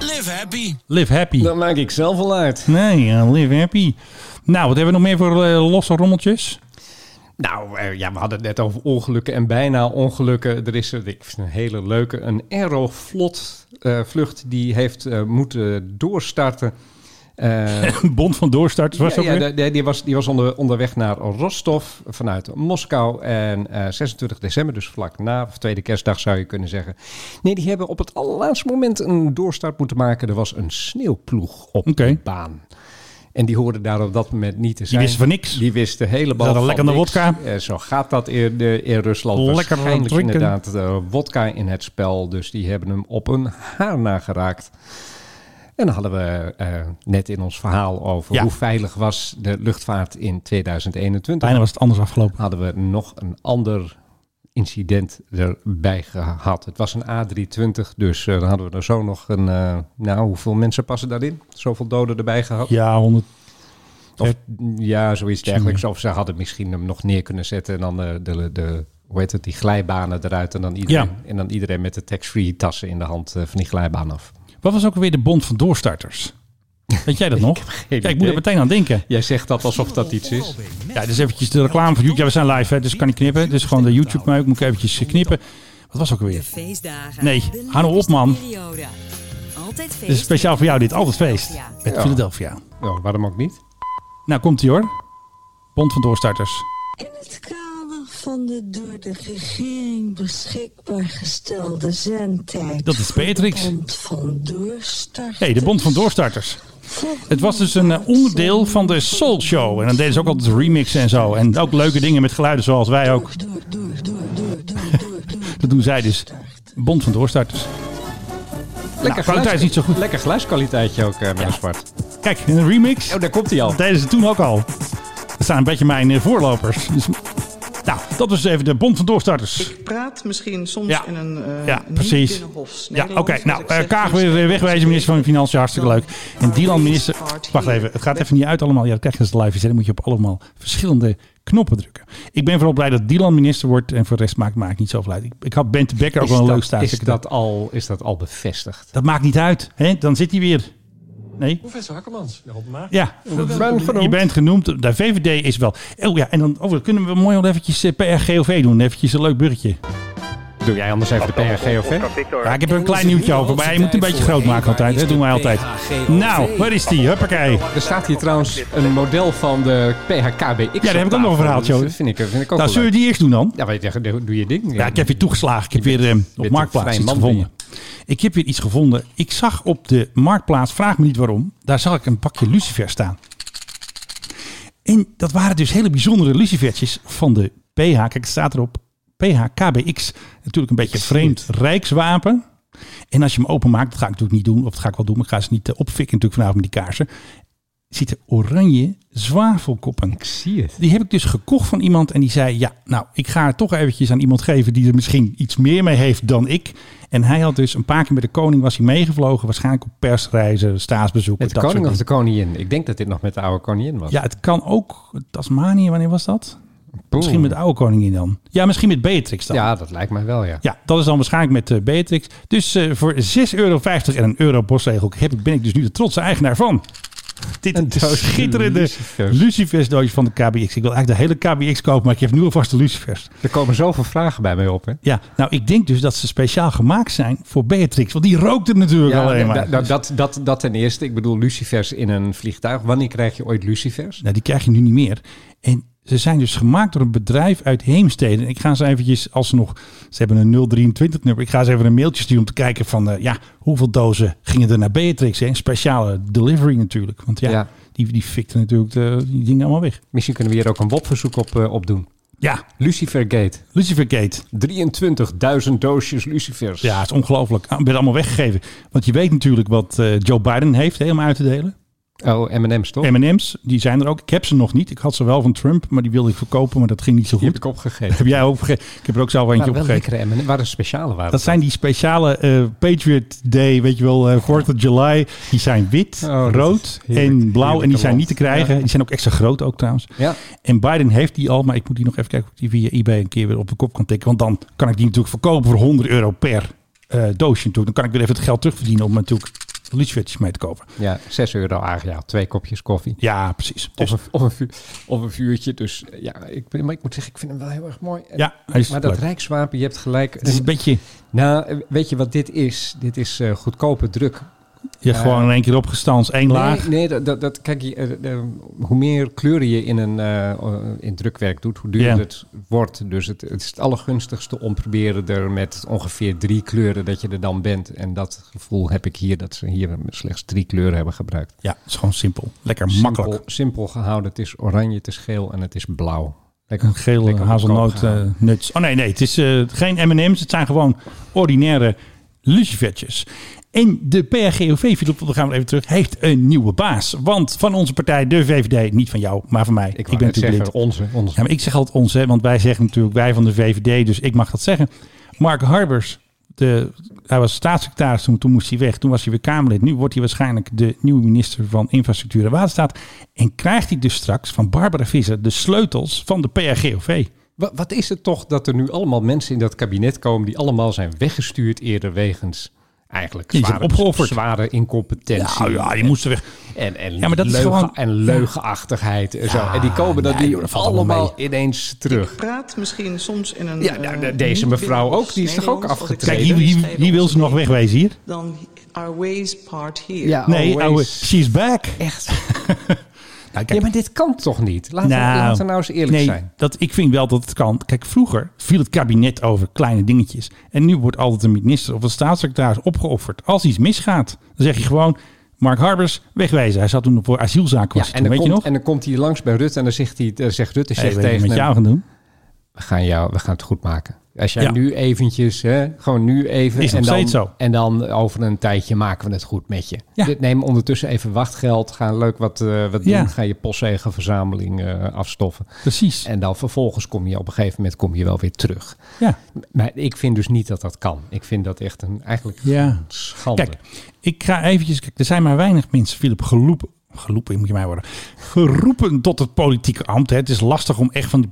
Speaker 4: Live happy.
Speaker 1: live happy.
Speaker 2: Dat maak ik zelf wel uit.
Speaker 1: Nee, ja, live happy. Nou, wat hebben we nog meer voor eh, losse rommeltjes?
Speaker 2: Nou, eh, ja, we hadden het net over ongelukken en bijna ongelukken. Er is er, ik vind een hele leuke, een Aeroflot eh, vlucht die heeft eh, moeten doorstarten. Eh,
Speaker 1: Bond van doorstarters was
Speaker 2: ja,
Speaker 1: ook
Speaker 2: ja,
Speaker 1: weer.
Speaker 2: de- de- die was, die was onder, onderweg naar Rostov vanuit Moskou. En eh, 26 december, dus vlak na, of tweede kerstdag zou je kunnen zeggen. Nee, die hebben op het allerlaatste moment een doorstart moeten maken. Er was een sneeuwploeg op
Speaker 1: Oké.
Speaker 2: de baan. En die hoorden daar op dat moment niet te zijn.
Speaker 1: wisten van niks.
Speaker 2: Die wisten helemaal
Speaker 1: Ze hadden
Speaker 2: van
Speaker 1: lekker de
Speaker 2: niks.
Speaker 1: wodka.
Speaker 2: Eh, zo gaat dat in, eh, in Rusland.
Speaker 1: Lekker aan het
Speaker 2: Waarschijnlijk
Speaker 1: drinken.
Speaker 2: inderdaad eh, wodka in het spel. Dus die hebben hem op een haar nageraakt. En dan hadden we eh, net in ons verhaal over
Speaker 1: Ja.
Speaker 2: hoe veilig was de luchtvaart in 2021.
Speaker 1: Bijna was het anders afgelopen.
Speaker 2: Hadden we nog een ander incident erbij gehad. Het was een A320, dus eh, dan hadden we er zo nog een... eh, nou, hoeveel mensen passen daarin? Zoveel doden erbij gehad?
Speaker 1: Ja, 100.
Speaker 2: Of, ja, zoiets dergelijks. Of ze hadden misschien hem nog neer kunnen zetten en dan eh, de, de, hoe heet het, die glijbanen eruit. En dan iedereen,
Speaker 1: Ja.
Speaker 2: en dan iedereen met de tax-free tassen in de hand eh, van die glijbaan af.
Speaker 1: Wat was ook weer de bond van doorstarters? Weet jij dat nog?
Speaker 2: idee.
Speaker 1: Kijk, ik moet er meteen aan denken.
Speaker 2: Jij zegt dat alsof dat iets is.
Speaker 1: Ja, dus eventjes de reclame van YouTube. Ja, we zijn live, hè, dus kan ik knippen. Dus gewoon de YouTube, maar ik moet eventjes eh, knippen. Wat was ook
Speaker 7: De
Speaker 1: weer?
Speaker 7: feestdagen.
Speaker 1: Nee,
Speaker 7: De
Speaker 1: Hanno
Speaker 7: lekkerste
Speaker 1: Hofman.
Speaker 7: periode. Altijd feest.
Speaker 1: Dit is speciaal voor jou dit. Altijd feest. Met
Speaker 2: Ja.
Speaker 1: Philadelphia.
Speaker 2: Nou, waarom ook niet?
Speaker 1: Nou, komt ie hoor. Bond van doorstarters.
Speaker 8: In het kader van de door de regering beschikbaar gestelde zendtijd.
Speaker 1: Dat is Beatrix.
Speaker 8: voor de Bond van Doorstart.
Speaker 1: Hé, de Bond van Doorstarters. Het was dus een eh, onderdeel van de Soul Show. En dan deden ze ook altijd remixen en zo. En ook leuke dingen met geluiden zoals wij ook.
Speaker 8: Door, door, door, door, door, door, door.
Speaker 1: Dat doen zij dus. Bond van Doorstarters.
Speaker 2: Lekker
Speaker 1: Nou, kwaliteit is niet zo goed.
Speaker 2: Lekker geluidskwaliteitje ook, eh meneer Zwart.
Speaker 1: Kijk, een remix.
Speaker 2: Oh, daar komt hij al.
Speaker 1: Dat deden ze toen ook al. Dat zijn een beetje mijn eh, voorlopers. Dus, nou, dat was even de Bond van Doorstarters.
Speaker 3: Ik praat misschien soms
Speaker 1: Ja.
Speaker 3: in een eh,
Speaker 1: Ja,
Speaker 3: niet
Speaker 1: precies.
Speaker 3: binnenhofs
Speaker 1: Ja, oké.
Speaker 3: Nederlands, als
Speaker 1: Nou,
Speaker 3: ik
Speaker 1: eh,
Speaker 3: zeg
Speaker 1: Kaag
Speaker 3: iets-
Speaker 1: weer weer wegwezen, minister van Financiën. Hartstikke leuk. En Dylan, minister... Wacht even, het gaat even niet uit allemaal. Ja, dat krijg je als het live is. hè. Dan moet je op allemaal verschillende knoppen drukken. Ik ben vooral blij dat Dylan minister wordt. En voor de rest maakt, maakt niet zoveel uit. Ik, ik had Bente Becker ook wel een leuk
Speaker 2: dat, is,
Speaker 1: staatssecretaris.
Speaker 2: dat al, is dat al bevestigd?
Speaker 1: Dat maakt niet uit. Hè? Dan zit hij weer. Nee?
Speaker 5: Professor Hakkermans.
Speaker 6: Rob Maag.
Speaker 1: Ja, dat- je bent genoemd. De VVD is wel. Oh ja, en dan oh, dan kunnen we mooi nog eventjes eh, PRGOV doen. Eventjes een leuk burgertje.
Speaker 2: Doe jij anders even de PRGOV?
Speaker 1: Ja, ik heb er een klein nieuwtje over, maar je moet het een beetje groot maken altijd. Dat doen wij altijd. Nou, waar is die? Huppakee.
Speaker 2: Er staat hier trouwens een model van de PHKBX.
Speaker 1: Ja, daar heb ik ook nog een verhaaltje over.
Speaker 2: Dat vind ik, vind ik ook
Speaker 1: Nou,
Speaker 2: wel
Speaker 1: zullen we
Speaker 2: leuk.
Speaker 1: die eerst doen dan?
Speaker 2: Ja, maar je- doe je ding.
Speaker 1: Ja, ik heb weer toegeslagen. Ik heb weer eh, op
Speaker 2: een
Speaker 1: Marktplaats
Speaker 2: vrij
Speaker 1: iets
Speaker 2: man,
Speaker 1: gevonden. Ik heb weer iets gevonden. Ik zag op de Marktplaats, vraag me niet waarom, daar zag ik een pakje lucifer staan. En dat waren dus hele bijzondere lucifertjes van de PH. Kijk, het staat erop. PHKBX. Natuurlijk een beetje vreemd rijkswapen. En als je hem openmaakt, dat ga ik natuurlijk niet doen. Of dat ga ik wel doen, maar ik ga ze niet eh, opfikken natuurlijk vanavond met die kaarsen. Zitten oranje zwavelkoppen.
Speaker 2: Ik zie het.
Speaker 1: Die heb ik dus gekocht van iemand en die zei: Ja, nou, ik ga het toch eventjes aan iemand geven die er misschien iets meer mee heeft dan ik. En hij had dus een paar keer met de koning was hij meegevlogen, waarschijnlijk op persreizen, staatsbezoeken.
Speaker 2: Met de
Speaker 1: dat soort
Speaker 2: koning of de
Speaker 1: dingen.
Speaker 2: koningin? Ik denk dat dit nog met de oude koningin was.
Speaker 1: Ja, het kan ook Tasmanië, wanneer was dat?
Speaker 2: Boom.
Speaker 1: Misschien met de oude koningin dan. Ja, misschien met Beatrix dan.
Speaker 2: Ja, dat lijkt mij wel, ja.
Speaker 1: Ja, dat is dan waarschijnlijk met eh, Beatrix. Dus eh, voor 6,50 euro en een euro postzegel heb ik, ben ik dus nu de trotse eigenaar van.
Speaker 2: Een
Speaker 1: Dit
Speaker 2: doosje
Speaker 1: schitterende
Speaker 2: lucifers.
Speaker 1: lucifers doosje van de KBX. Ik wil eigenlijk de hele KBX kopen, maar ik heb nu alvast de lucifers.
Speaker 2: Er komen zoveel vragen bij mij op, hè?
Speaker 1: Ja, nou ik denk dus dat ze speciaal gemaakt zijn voor Beatrix. Want die rookt het natuurlijk alleen maar.
Speaker 2: da- da- dat, dat, dat ten eerste. Ik bedoel, lucifers in een vliegtuig. Wanneer krijg je ooit lucifers?
Speaker 1: nou, die krijg je nu niet meer. En ze zijn dus gemaakt door een bedrijf uit Heemstede. En ik ga ze eventjes, als ze nog... Ze hebben een 023 nummer. Ik ga ze even een mailtje sturen om te kijken van... eh, ja, hoeveel dozen gingen er naar Beatrix? Hè? Een speciale delivery natuurlijk. Want ja,
Speaker 2: Ja.
Speaker 1: die, die fikte natuurlijk de, die dingen allemaal weg.
Speaker 2: Misschien kunnen we hier ook een WOP-verzoek op, eh, op doen.
Speaker 1: Ja,
Speaker 2: Lucifer Gate.
Speaker 1: Lucifer Gate.
Speaker 2: 23.000 doosjes lucifers.
Speaker 1: Ja, het is ongelooflijk. Ah, Werd allemaal weggegeven. Want je weet natuurlijk wat eh, Joe Biden heeft hè, om uit te delen.
Speaker 2: Oh, M&M's toch?
Speaker 1: M&M's, die zijn er ook. Ik heb ze nog niet. Ik had ze wel van Trump, maar die wilde ik verkopen, maar dat ging niet zo
Speaker 2: Die heb
Speaker 1: goed.
Speaker 2: ik opgegeven.
Speaker 1: Heb jij ook opgege- Ik heb er ook zelf eentje
Speaker 2: Maar wel
Speaker 1: opgegeven.
Speaker 2: lekkere M&M's. Waar een speciale waren.
Speaker 1: Dat zijn die speciale eh, Patriot Day, weet je wel, eh, 4th of July. Die zijn wit,
Speaker 2: Oh, dat is
Speaker 1: rood
Speaker 2: heerlijk,
Speaker 1: en blauw. En die
Speaker 2: heerlijk
Speaker 1: zijn niet te
Speaker 2: land.
Speaker 1: krijgen.
Speaker 2: Ja.
Speaker 1: Die zijn ook extra groot ook trouwens.
Speaker 2: Ja.
Speaker 1: En Biden heeft die al, maar ik moet die nog even kijken of ik die via eBay een keer weer op de kop kan tikken. Want dan kan ik die natuurlijk verkopen voor 100 euro per eh, doosje natuurlijk. Dan kan ik weer even het geld terugverdienen om natuurlijk lucifers mee te kopen.
Speaker 2: ja, 6 euro aangehaald. Twee kopjes koffie.
Speaker 1: Ja, precies.
Speaker 2: Of
Speaker 1: Dus,
Speaker 2: een, of, een vuur, of een vuurtje. Dus eh, ja, ik, ben- maar ik moet zeggen, ik vind hem wel heel erg mooi. En-
Speaker 1: ja, hij is
Speaker 2: maar dat
Speaker 1: leuk.
Speaker 2: Rijkswapen, je hebt gelijk.
Speaker 1: Het is een beetje
Speaker 2: Nou, eh, weet je wat dit is? Dit is eh, goedkope druk.
Speaker 1: je
Speaker 2: Eh,
Speaker 1: gewoon in één keer opgestanst, één laag.
Speaker 2: Nee, nee dat, dat, dat- kijk, je, eh, eh, hoe meer kleuren je in een eh, eh, in drukwerk doet, hoe duurder
Speaker 1: Ja.
Speaker 2: het wordt. Dus het, het is het allergunstigste om te proberen er met ongeveer drie kleuren dat je er dan bent. En dat gevoel heb ik hier, dat ze hier slechts drie kleuren hebben gebruikt.
Speaker 1: Ja, het is gewoon simpel. Lekker makkelijk.
Speaker 2: Simpel, simpel gehouden. Het is oranje, het is geel en het is blauw. Lekker,
Speaker 1: Een gele
Speaker 2: lekker
Speaker 1: hazelnoot
Speaker 2: goedkoop gehouden.
Speaker 1: eh, nuts. Oh nee, nee, het is eh, geen M&M's. Het zijn gewoon ordinaire lucifertjes. En de PRGOV, Philip, dan gaan we even terug, heeft een nieuwe baas. Want van onze partij, de VVD, niet van jou, maar van mij.
Speaker 2: ik, wou net
Speaker 1: natuurlijk
Speaker 2: zeggen,
Speaker 1: lid.
Speaker 2: onze. onze.
Speaker 1: Ja, maar ik zeg altijd ons, hè, want wij zeggen natuurlijk wij van de VVD, dus ik mag dat zeggen. Mark Harbers, de, hij was staatssecretaris toen, toen moest hij weg. Toen was hij weer Kamerlid. Nu wordt hij waarschijnlijk de nieuwe minister van Infrastructuur en Waterstaat. En krijgt hij dus straks van Barbara Visser de sleutels van de PRGOV.
Speaker 2: Wa- Wat is het toch dat er nu allemaal mensen in dat kabinet komen die allemaal zijn weggestuurd eerder wegens eigenlijk
Speaker 1: Die
Speaker 2: zware,
Speaker 1: zijn opgeofferd.
Speaker 2: zware incompetentie.
Speaker 1: Nou ja, die moesten weg.
Speaker 2: En, en,
Speaker 1: Ja, maar dat is
Speaker 2: leugen-
Speaker 1: gewoon-
Speaker 2: en leugenachtigheid en zo. En die komen dan
Speaker 1: nee,
Speaker 2: nu
Speaker 1: joh, dat valt allemaal
Speaker 2: allemaal ineens terug.
Speaker 3: Praat misschien soms in een... eh,
Speaker 2: Ja, nou, de- deze mevrouw ook, die is toch ook
Speaker 1: Kijk,
Speaker 2: afgetreden?
Speaker 1: hier, hier, hier wil ze nog wegwezen hier.
Speaker 3: Dan our ways part here.
Speaker 2: Ja,
Speaker 1: Nee,
Speaker 2: always.
Speaker 1: ouwe, she's back.
Speaker 2: Echt.
Speaker 1: Nou,
Speaker 2: Ja, maar dit kan toch niet? Laten, we, laten we nou eens eerlijk
Speaker 1: nee,
Speaker 2: zijn.
Speaker 1: Dat, ik vind wel dat het kan. Kijk, vroeger viel het kabinet over kleine dingetjes. En nu wordt altijd een minister of een staatssecretaris opgeofferd. Als iets misgaat, dan zeg je gewoon... Mark Harbers, wegwijzen. Hij zat toen voor asielzaken. Was hij
Speaker 2: Ja, en,
Speaker 1: toen,
Speaker 2: dan
Speaker 1: weet je nog?
Speaker 2: komt, en dan komt hij langs bij Rutte en dan zegt, hij, dan zegt Rutte
Speaker 1: Hey,
Speaker 2: zegt
Speaker 1: weet je wat
Speaker 2: tegen
Speaker 1: we met
Speaker 2: hem...
Speaker 1: jou gaan doen.
Speaker 2: we gaan, jou, we gaan het goed maken. Als jij
Speaker 1: Ja.
Speaker 2: nu eventjes, hè, gewoon nu even.
Speaker 1: Is nog
Speaker 2: en, dan,
Speaker 1: steeds zo.
Speaker 2: en dan over een tijdje maken we het goed met je.
Speaker 1: Ja.
Speaker 2: Dit neem ondertussen even wachtgeld. Ga leuk wat, eh, wat doen.
Speaker 1: Ja.
Speaker 2: Ga je postzegenverzameling eh, afstoffen.
Speaker 1: Precies.
Speaker 2: En dan vervolgens kom je op een gegeven moment kom je wel weer terug.
Speaker 1: Ja.
Speaker 2: Maar ik vind dus niet dat dat kan. Ik vind dat echt een eigenlijk
Speaker 1: Ja.
Speaker 2: schande.
Speaker 1: Kijk, ik ga eventjes... Kijk, er zijn maar weinig mensen, Philip, geloepen... Geloepen, moet je mij worden. Geroepen tot het politieke ambt. Hè. Het is lastig om echt van die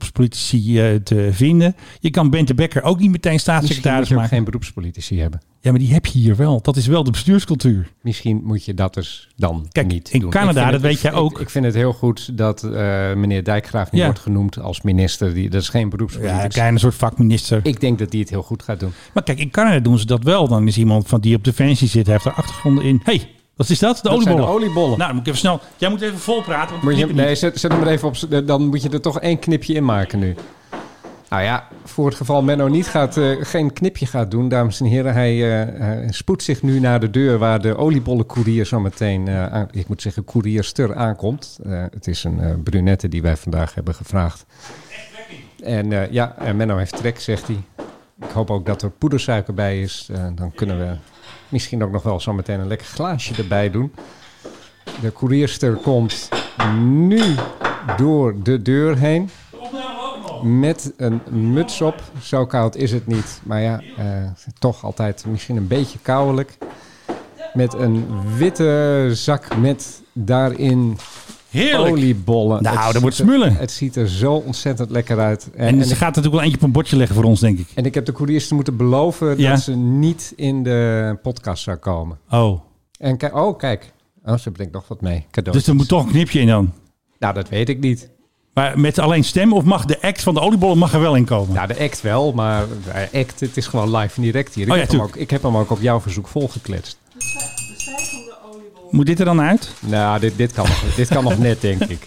Speaker 1: beroepspolitici eh, te vinden. Je kan Bente Becker ook niet meteen
Speaker 2: Misschien moet
Speaker 1: staatssecretaris
Speaker 2: je ook
Speaker 1: maken.
Speaker 2: geen beroepspolitici hebben.
Speaker 1: Ja, maar die heb je hier wel. Dat is wel de bestuurscultuur.
Speaker 2: Misschien moet je dat dus dan
Speaker 1: Kijk,
Speaker 2: niet
Speaker 1: in
Speaker 2: doen.
Speaker 1: Canada,
Speaker 2: Ik vind
Speaker 1: dat weet jij
Speaker 2: ik-
Speaker 1: ook.
Speaker 2: Ik, vind het heel goed dat eh, meneer Dijkgraaf nu
Speaker 1: Ja.
Speaker 2: wordt genoemd als minister. Die, dat is geen
Speaker 1: Ja, een
Speaker 2: beroepspoliticus.
Speaker 1: kleine soort vakminister.
Speaker 2: ik denk dat die het heel goed gaat doen.
Speaker 1: Maar kijk, in Canada doen ze dat wel. Dan is iemand van die op Defensie zit, heeft er achtergronden in. hey, wat is dat? De
Speaker 2: Dat zijn
Speaker 1: oliebollen.
Speaker 2: de oliebollen.
Speaker 1: Nou, dan moet ik even snel. Jij moet even vol praten. Want
Speaker 2: Moet je,
Speaker 1: ik knip het
Speaker 2: nee,
Speaker 1: niet.
Speaker 2: zet, zet hem er even op. z- eh, Dan moet je er toch één knipje in maken nu. Nou ja, voor het geval Menno niet gaat, eh, geen knipje gaat doen, dames en heren. Hij eh, eh, spoedt zich nu naar de deur waar de oliebollenkoerier zo meteen, eh, aan- ik moet zeggen, koerierster aankomt. Eh, het is een eh, brunette die wij vandaag hebben gevraagd. En eh, ja, en Menno heeft trek, zegt hij. Ik hoop ook dat er poedersuiker bij is. Eh, dan kunnen we misschien ook nog wel zo meteen een lekker glaasje erbij doen. De koerierster komt nu door de deur heen. Met een muts op. Zo koud is het niet. Maar ja, eh, toch altijd misschien een beetje kouwelijk. Met een witte zak met daarin
Speaker 1: Heerlijk.
Speaker 2: oliebollen.
Speaker 1: Nou,
Speaker 2: Het
Speaker 1: dat wordt
Speaker 2: ziet er-
Speaker 1: smullen.
Speaker 2: Het ziet er zo ontzettend lekker uit. En,
Speaker 1: En
Speaker 2: en
Speaker 1: ze
Speaker 2: ik,
Speaker 1: gaat natuurlijk wel eentje op een bordje leggen voor ons, denk ik.
Speaker 2: en ik heb de koerierster moeten beloven
Speaker 1: Ja.
Speaker 2: dat ze niet in de podcast zou komen.
Speaker 1: Oh,
Speaker 2: En kijk, oh kijk. Oh, ze brengt nog wat mee. Cadeau.
Speaker 1: dus er moet toch een knipje in dan.
Speaker 2: Nou, dat weet ik niet.
Speaker 1: Maar met alleen stem of mag de act van de oliebollen mag er wel in komen?
Speaker 2: Nou, de act wel, maar eh, act, het is gewoon live en direct hier. Ik,
Speaker 1: Oh ja,
Speaker 2: heb, hem ook,
Speaker 1: tuurlijk.
Speaker 2: ik heb hem ook op jouw verzoek volgekletst.
Speaker 1: Moet dit er dan uit?
Speaker 2: Nou, dit, dit, kan nog, dit kan nog net, denk ik.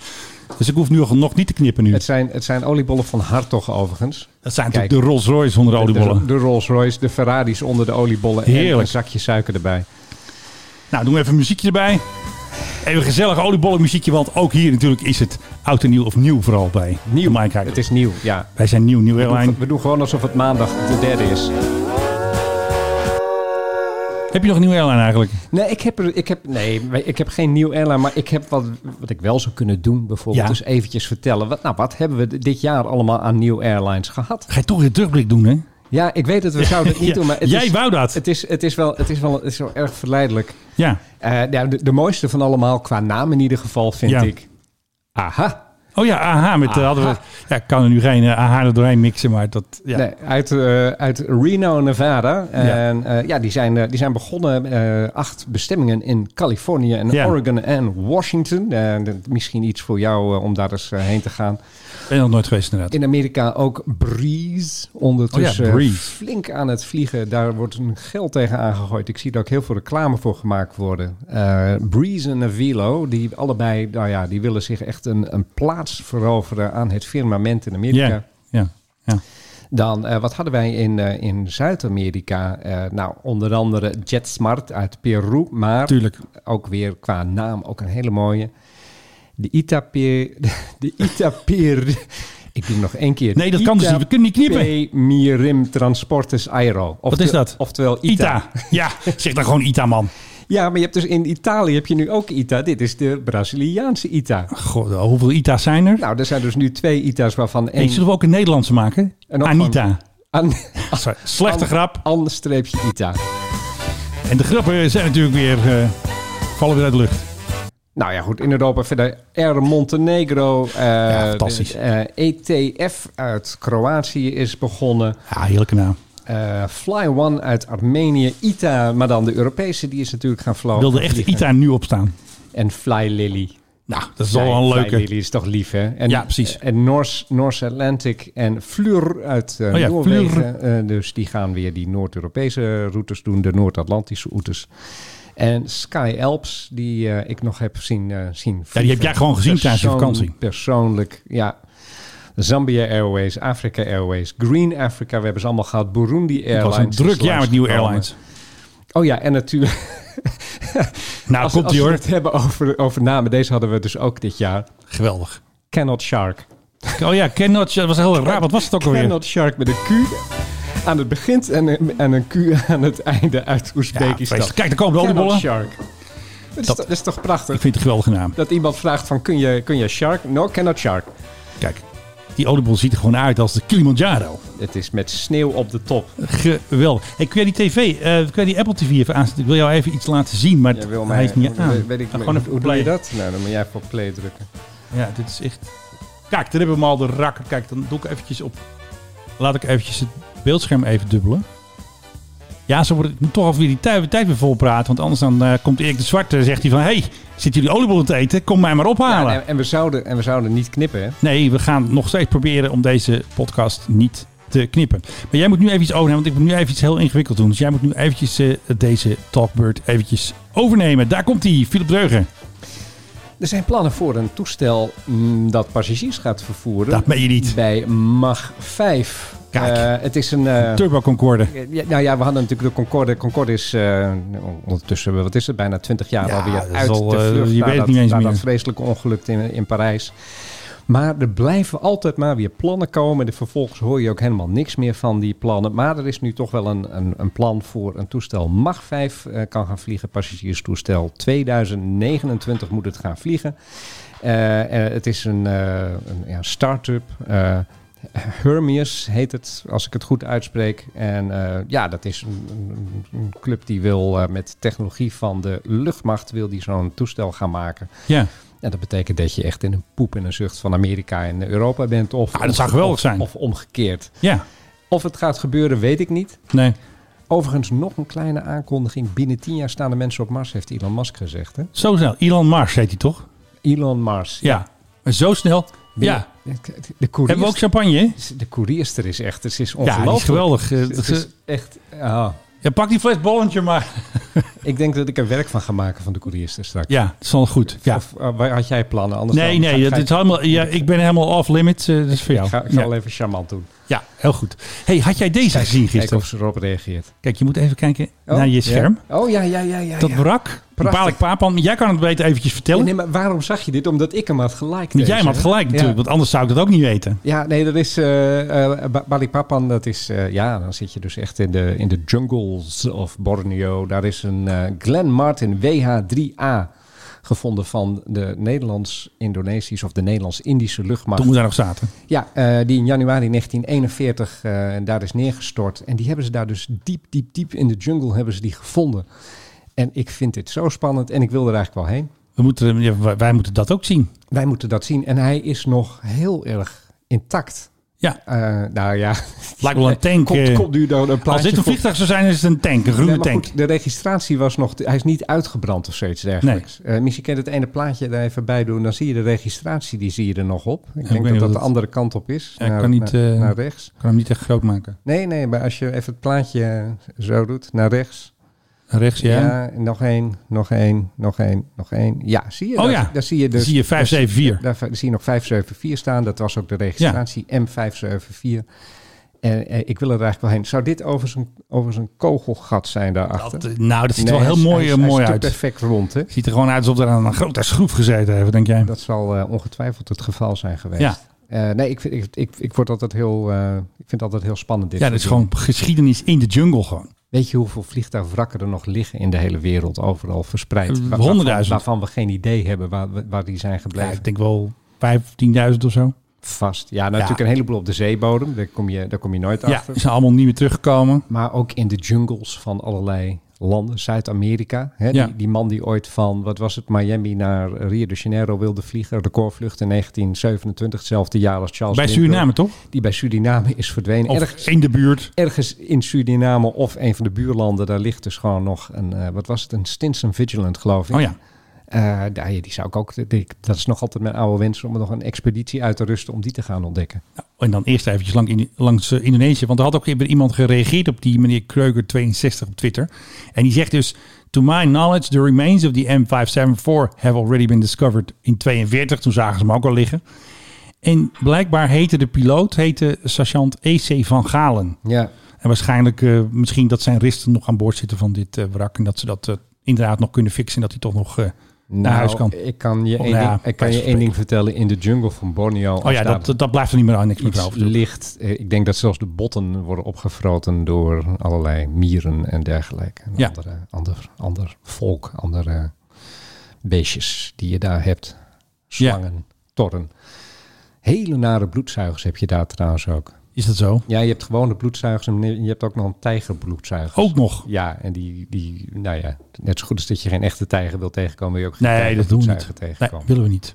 Speaker 1: Dus ik hoef nu al- nog niet te knippen nu.
Speaker 2: Het zijn, het zijn oliebollen van Hartog overigens.
Speaker 1: Dat zijn
Speaker 2: Kijk.
Speaker 1: natuurlijk de Rolls Royce onder de oliebollen.
Speaker 2: De, de Rolls Royce, de Ferraris onder de oliebollen en
Speaker 1: Heerlijk.
Speaker 2: een zakje suiker erbij.
Speaker 1: Nou, doen we even een muziekje erbij. Even een gezellig oliebollenmuziekje, want ook hier natuurlijk is het oud en nieuw of nieuw vooral bij.
Speaker 2: Nieuw.
Speaker 1: Mike Heidel.
Speaker 2: Het is nieuw, ja.
Speaker 1: Wij zijn nieuw, nieuw
Speaker 2: We
Speaker 1: airline.
Speaker 2: doen- We doen gewoon alsof het maandag de derde is.
Speaker 1: Heb je nog een nieuwe airline eigenlijk?
Speaker 2: Nee, ik heb, er- ik heb, nee, ik heb geen nieuw airline, maar ik heb wat, wat ik wel zou kunnen doen bijvoorbeeld.
Speaker 1: Ja.
Speaker 2: Dus eventjes vertellen. Wat, nou, wat hebben we dit jaar allemaal aan nieuw airlines gehad?
Speaker 1: Ga je toch weer een terugblik doen, hè?
Speaker 2: Ja, ik weet dat we zouden het niet
Speaker 1: Ja.
Speaker 2: doen, maar het
Speaker 1: Jij
Speaker 2: is,
Speaker 1: wou dat.
Speaker 2: Het is, het is wel, het is wel, het is wel erg verleidelijk.
Speaker 1: Ja.
Speaker 2: Eh, ja, de, de mooiste van allemaal, qua naam in ieder geval, vind
Speaker 1: Ja.
Speaker 2: ik. Aha.
Speaker 1: Oh ja, aha. Met, eh,
Speaker 2: Aha.
Speaker 1: Hadden we, ja, ik kan er nu geen eh, aha er doorheen mixen, maar dat... Ja.
Speaker 2: Nee, uit, eh, uit Reno, Nevada. En eh, ja, die zijn, eh, die zijn begonnen eh, acht bestemmingen in Californië en
Speaker 1: Ja.
Speaker 2: Oregon en Washington. Eh, dat- misschien iets voor jou eh, om daar eens eh, heen te gaan.
Speaker 1: Ben nog nooit geweest inderdaad.
Speaker 2: In Amerika ook Breeze. Ondertussen
Speaker 1: Oh ja, Breeze.
Speaker 2: eh, flink aan het vliegen. Daar wordt een geld tegen aangegooid. Ik zie daar ook heel veel reclame voor gemaakt worden. Eh, Breeze en Avilo, die allebei, nou ja, die willen zich echt een, een plaats veroveren aan het firmament in Amerika.
Speaker 1: Ja, ja, ja.
Speaker 2: Dan, eh, wat hadden wij in, eh, in Zuid-Amerika? Eh, nou, onder andere JetSmart uit Peru, maar
Speaker 1: Tuurlijk.
Speaker 2: ook weer qua naam ook een hele mooie. De Itapir... De Itapir... Ik doe hem nog één keer.
Speaker 1: Nee, dat kan dus niet. We kunnen niet knippen.
Speaker 2: Mirim Transportes Aero. Oftewel-
Speaker 1: is dat?
Speaker 2: Oftewel ITA.
Speaker 1: Ita. Ja, zeg dan gewoon Ita, man.
Speaker 2: Ja, maar je hebt dus in Italië heb je nu ook ITA. Dit is de Braziliaanse ITA.
Speaker 1: God, hoeveel Ita's zijn er?
Speaker 2: Nou, er zijn dus nu twee ITA's waarvan
Speaker 1: Ik
Speaker 2: één...
Speaker 1: zullen we ook een Nederlandse maken?
Speaker 2: En nog
Speaker 1: Anita.
Speaker 2: An,
Speaker 1: Sorry, Slechte
Speaker 2: An-
Speaker 1: grap.
Speaker 2: An-streepje ITA.
Speaker 1: En de grappen zijn natuurlijk weer... eh, vallen weer uit de lucht.
Speaker 2: Nou ja, goed, in Europa verder R. Montenegro. eh,
Speaker 1: fantastisch.
Speaker 2: de, eh, ETF uit Kroatië is begonnen.
Speaker 1: Ja, heerlijke naam.
Speaker 2: Eh, Fly One uit Armenië. ITA, maar dan de Europese, die is natuurlijk gaan vlogen.
Speaker 1: Wilde echt Ita nu opstaan.
Speaker 2: En Fly Lily.
Speaker 1: Nou, dat is wel wel
Speaker 2: Nee,
Speaker 1: een
Speaker 2: Fly
Speaker 1: leuke.
Speaker 2: Lily is toch lief, hè? En,
Speaker 1: Ja, precies.
Speaker 2: En North, North Atlantic en Fleur uit eh,
Speaker 1: Oh ja,
Speaker 2: Noorwegen.
Speaker 1: Fleur.
Speaker 2: Eh, dus die gaan weer die Noord-Europese routes doen, de Noord-Atlantische routes. En Sky Alps, die eh, ik nog heb zien, eh zien vliegen.
Speaker 1: heb jij gewoon gezien tijdens je vakantie.
Speaker 2: Persoonlijk, ja. Zambia Airways, Africa Airways, Green Africa, we hebben ze allemaal gehad. Burundi Airlines.
Speaker 1: Het was een
Speaker 2: is
Speaker 1: druk jaar met nieuwe
Speaker 2: langsgekomen.
Speaker 1: airlines.
Speaker 2: Oh ja, en natuurlijk...
Speaker 1: Nou,
Speaker 2: als,
Speaker 1: komt
Speaker 2: als
Speaker 1: die
Speaker 2: we
Speaker 1: hoor.
Speaker 2: het hebben over, over namen, deze hadden we dus ook dit jaar.
Speaker 1: Geweldig.
Speaker 2: Cannot Shark.
Speaker 1: Oh ja, Cannot. Dat was heel raar. Wat was het ook alweer?
Speaker 2: Cannot Shark met een Q aan het begin en een, en een Q aan het einde uit Oezbekistan.
Speaker 1: vreselijk. Kijk, daar komen de
Speaker 2: Cannot
Speaker 1: oliebollen.
Speaker 2: Shark. Dat is,
Speaker 1: Dat-
Speaker 2: toch- dat is toch prachtig?
Speaker 1: Ik vind het een geweldige naam.
Speaker 2: Dat iemand vraagt van, kun je, kun je Shark? No, Cannot Shark.
Speaker 1: Kijk, die oliebol ziet er gewoon uit als de Kilimanjaro.
Speaker 2: Het is met sneeuw op de top.
Speaker 1: Geweldig. Hey, kun jij die tv, eh kun jij die Apple TV even aanzetten? Ik wil jou even iets laten zien, maar
Speaker 2: Jij wil
Speaker 1: hij
Speaker 2: mij,
Speaker 1: is niet aan.
Speaker 2: Weet, weet ik,
Speaker 1: Ga
Speaker 2: niet.
Speaker 1: gewoon even
Speaker 2: hoe doe
Speaker 1: play.
Speaker 2: je dat? Nou, dan moet jij even op play drukken.
Speaker 1: Ja, dit is echt... Kijk, daar hebben we hem al de rakker. Kijk, dan doe ik eventjes op... Laat ik eventjes het beeldscherm even dubbelen. Ja, zo wordt het ik moet toch alweer die tijd, tijd weer vol praten. Want anders dan eh, komt Erik de Zwarte en zegt hij van... Hé, hey, zitten jullie oliebollen te eten? Kom mij maar ophalen.
Speaker 2: Ja, en, en we zouden, en we zouden niet knippen, hè?
Speaker 1: Nee, we gaan nog steeds proberen om deze podcast niet te knippen. Maar jij moet nu even iets overnemen, want ik moet nu even iets heel ingewikkeld doen. Dus jij moet nu eventjes eh, deze Talkbird eventjes overnemen. Daar komt hij, Philip Dreugen.
Speaker 2: Er zijn plannen voor een toestel mm, dat passagiers gaat vervoeren.
Speaker 1: Dat meen je niet.
Speaker 2: Bij MAG 5.
Speaker 1: Kijk.
Speaker 2: Eh, het is een... eh,
Speaker 1: Turbo Concorde.
Speaker 2: Ja, nou ja, we hadden natuurlijk de Concorde. Concorde is eh, ondertussen, wat is het, bijna 20 jaar
Speaker 1: Ja, dat
Speaker 2: alweer
Speaker 1: is
Speaker 2: uit
Speaker 1: al,
Speaker 2: de
Speaker 1: eh,
Speaker 2: vlucht.
Speaker 1: je
Speaker 2: na
Speaker 1: weet het
Speaker 2: dat,
Speaker 1: niet eens
Speaker 2: na
Speaker 1: meer.
Speaker 2: dat vreselijke ongeluk in, in Parijs. Maar er blijven altijd maar weer plannen komen. En vervolgens hoor je ook helemaal niks meer van die plannen. Maar er is nu toch wel een, een, een plan voor een toestel. Mag 5 eh, kan gaan vliegen, passagierstoestel. 2029 moet het gaan vliegen. Eh, eh, het is een, eh, een ja, start-up. eh, Hermes heet het, als ik het goed uitspreek. En eh, ja, dat is een, een- een club die wil eh, met technologie van de luchtmacht... wil die zo'n toestel gaan maken.
Speaker 1: Ja.
Speaker 2: En dat betekent dat je echt in een poep en een zucht van Amerika en Europa bent. Of,
Speaker 1: Ah, dat zou geweldig
Speaker 2: of-
Speaker 1: zijn.
Speaker 2: Of omgekeerd.
Speaker 1: Ja.
Speaker 2: Of het gaat gebeuren, weet ik niet.
Speaker 1: Nee.
Speaker 2: Overigens nog een kleine aankondiging. Binnen tien jaar staan de mensen op Mars, heeft Elon Musk gezegd. Hè?
Speaker 1: Zo snel. Elon Mars heet hij toch?
Speaker 2: Elon Mars.
Speaker 1: Ja. Maar zo snel.
Speaker 2: Binnen-
Speaker 1: Ja.
Speaker 2: De koerier,
Speaker 1: Hebben we ook champagne? hè?
Speaker 2: de koerierster is echt, dus het is
Speaker 1: Ja,
Speaker 2: ongelooflijk.
Speaker 1: die is geweldig. Eh,
Speaker 2: Het is
Speaker 1: ze-
Speaker 2: echt... ah.
Speaker 1: Ja, pak die fles bollentje maar.
Speaker 2: Ik denk dat ik er werk van ga maken van de koerierster straks.
Speaker 1: Ja, dat is wel goed. Ja.
Speaker 2: Of eh, waar had jij plannen? Anders
Speaker 1: Nee,
Speaker 2: dan ga-
Speaker 1: nee.
Speaker 2: ga
Speaker 1: Dat is
Speaker 2: ik-
Speaker 1: helemaal, ja, ik ben helemaal off limits. eh, dat is voor jou.
Speaker 2: ga, ik ga
Speaker 1: Ja.
Speaker 2: wel even charmant doen.
Speaker 1: Ja, heel goed. Hey, had jij deze gezien
Speaker 2: Kijk
Speaker 1: gisteren?
Speaker 2: of ze erop reageert.
Speaker 1: Kijk, je moet even kijken
Speaker 2: Oh,
Speaker 1: naar je
Speaker 2: ja.
Speaker 1: scherm.
Speaker 2: Oh ja, ja, ja, ja.
Speaker 1: Dat
Speaker 2: ja.
Speaker 1: brak.
Speaker 2: Prachtig.
Speaker 1: Balik Papan. Jij kan het beter eventjes
Speaker 2: Ja,
Speaker 1: vertellen.
Speaker 2: nee, maar waarom zag je dit? Omdat ik hem had gelijk.
Speaker 1: Niet jij
Speaker 2: deze,
Speaker 1: maar had
Speaker 2: hè?
Speaker 1: gelijk
Speaker 2: Ja.
Speaker 1: natuurlijk, want anders zou ik dat ook niet weten.
Speaker 2: Ja, nee, dat is eh eh, Ba- Balikpapan. Dat is, eh, ja, dan zit je dus echt in de, in de jungles of Borneo. Daar is een eh Glen Martin WH-3A gevonden van de Nederlands-Indonesische of de Nederlands-Indische luchtmacht.
Speaker 1: Toen we daar nog zaten.
Speaker 2: Ja, eh, die in januari 1941 eh, daar is neergestort. En die hebben ze daar dus diep, diep, diep in de jungle hebben ze die gevonden. En ik vind dit zo spannend en ik wil er eigenlijk wel heen.
Speaker 1: We moeten, eh, ja, wij- wij moeten dat ook zien.
Speaker 2: Wij moeten dat zien. En hij is nog heel erg intact.
Speaker 1: Ja.
Speaker 2: Eh, nou ja.
Speaker 1: Lijkt wel een tank,
Speaker 2: Komt,
Speaker 1: eh.
Speaker 2: komt nu dan een plaatje
Speaker 1: Als dit een
Speaker 2: voor-
Speaker 1: vliegtuig zou zijn, is het een tank, een groene
Speaker 2: Nee, maar
Speaker 1: tank.
Speaker 2: goed, de registratie was nog... Hij is niet uitgebrand of zoiets dergelijks. Eh misschien kan je het ene plaatje er even bij doen. Dan zie je de registratie, die zie je er nog op. Ik
Speaker 1: weet
Speaker 2: denk
Speaker 1: niet
Speaker 2: dat
Speaker 1: wat
Speaker 2: dat de
Speaker 1: het-
Speaker 2: andere kant op is.
Speaker 1: Ja, ik kan niet,
Speaker 2: naar,
Speaker 1: eh,
Speaker 2: naar rechts.
Speaker 1: Ik kan hem niet echt groot maken.
Speaker 2: Nee, nee, maar als je even het plaatje eh, zo doet, naar rechts.
Speaker 1: Rechts, ja.
Speaker 2: nog één, nog één, nog één, nog één. Ja, zie je?
Speaker 1: Oh
Speaker 2: daar,
Speaker 1: ja.
Speaker 2: daar zie je dus.
Speaker 1: zie je 574.
Speaker 2: Daar, daar zie je nog 574 staan. Dat was ook de registratie M574. En eh, ik wil er eigenlijk wel heen. Zou dit overigens een, overigens een kogelgat zijn daarachter?
Speaker 1: Dat, eh, nou, dat ziet
Speaker 2: Nee,
Speaker 1: er wel
Speaker 2: hij
Speaker 1: heel
Speaker 2: is-
Speaker 1: mooi,
Speaker 2: hij
Speaker 1: eh,
Speaker 2: is- hij
Speaker 1: mooi
Speaker 2: is te
Speaker 1: uit.
Speaker 2: perfect rond, hè?
Speaker 1: Ziet er gewoon uit alsof er aan een grote schroef gezeten heeft, denk jij?
Speaker 2: Dat zal eh, ongetwijfeld het geval zijn geweest.
Speaker 1: Ja.
Speaker 2: Eh, nee, ik, vind- ik, ik, ik, word altijd heel, eh, ik vind het altijd heel spannend. Dit
Speaker 1: Ja, dat
Speaker 2: soort
Speaker 1: is gewoon geschiedenis in de jungle gewoon.
Speaker 2: Weet je hoeveel vliegtuigwrakken er nog liggen in de hele wereld, overal verspreid?
Speaker 1: Eh,
Speaker 2: Wa-
Speaker 1: honderdduizend.
Speaker 2: Waarvan, waarvan we geen idee hebben waar, we- waar die zijn
Speaker 1: Ja,
Speaker 2: gebleven.
Speaker 1: ik denk wel 15.000 of zo.
Speaker 2: Vast. Ja, natuurlijk een heleboel op de zeebodem. Daar kom je, daar kom je nooit
Speaker 1: Ja,
Speaker 2: achter.
Speaker 1: die zijn allemaal niet meer teruggekomen.
Speaker 2: Maar ook in de jungles van allerlei landen. Zuid-Amerika. Hè?
Speaker 1: Ja.
Speaker 2: Die, die man die ooit van, wat was het, Miami naar Rio de Janeiro wilde vliegen. Recordvlucht in 1927. Hetzelfde jaar als Charles
Speaker 1: Bij
Speaker 2: Lindbergh,
Speaker 1: Suriname, toch?
Speaker 2: Die bij Suriname is verdwenen.
Speaker 1: Of
Speaker 2: Ergens-
Speaker 1: in de buurt.
Speaker 2: ergens in Suriname of een van de buurlanden, daar ligt dus gewoon nog een, eh, wat was het, een Stinson Vigilant, geloof ik.
Speaker 1: Oh ja.
Speaker 2: Eh, daar- ja, die zou ik ook, die- dat is nog altijd mijn oude wens om er nog een expeditie uit te rusten om die te gaan ontdekken.
Speaker 1: Nou, En dan eerst eventjes lang in, langs eh, Indonesië. Want er had ook weer iemand gereageerd op die meneer Kreuger62 op Twitter. En die zegt dus... To my knowledge, the remains of the M574 have already been discovered in 42. Toen zagen ze hem ook al liggen. En blijkbaar heette de piloot, heette sergeant E.C. van Galen.
Speaker 2: Ja,
Speaker 1: En waarschijnlijk, eh, misschien dat zijn risten nog aan boord zitten van dit eh, wrak. En dat ze dat eh, inderdaad nog kunnen fixen. En dat hij toch nog eh, naar
Speaker 2: Nou,
Speaker 1: huis kan.
Speaker 2: Ik kan je,
Speaker 1: Of
Speaker 2: één,
Speaker 1: nou ja,
Speaker 2: ding, ik kan je
Speaker 1: wijze van
Speaker 2: één ding vertellen, in de jungle van Borneo.
Speaker 1: Oh ja, dat, dat blijft er niet meer aan. Niks meer
Speaker 2: Iets
Speaker 1: over.
Speaker 2: licht. eh, Ik denk dat zelfs de botten worden opgevroten door allerlei mieren en dergelijke. En
Speaker 1: Ja.
Speaker 2: andere, ander, ander volk, andere beestjes die je daar hebt. Slangen, torren. Hele nare bloedzuigers heb je daar trouwens ook.
Speaker 1: Is dat zo?
Speaker 2: Ja, je hebt gewone bloedzuigers en je hebt ook nog een tijgerbloedzuiger.
Speaker 1: Ook nog.
Speaker 2: Ja, en die, die, nou ja, net zo goed als dat je geen echte tijger wil tegenkomen, wil je ook geen
Speaker 1: Nee, dat doen we niet.
Speaker 2: tijgerbloedzuiger
Speaker 1: Nee,
Speaker 2: tegenkomen.
Speaker 1: willen we niet.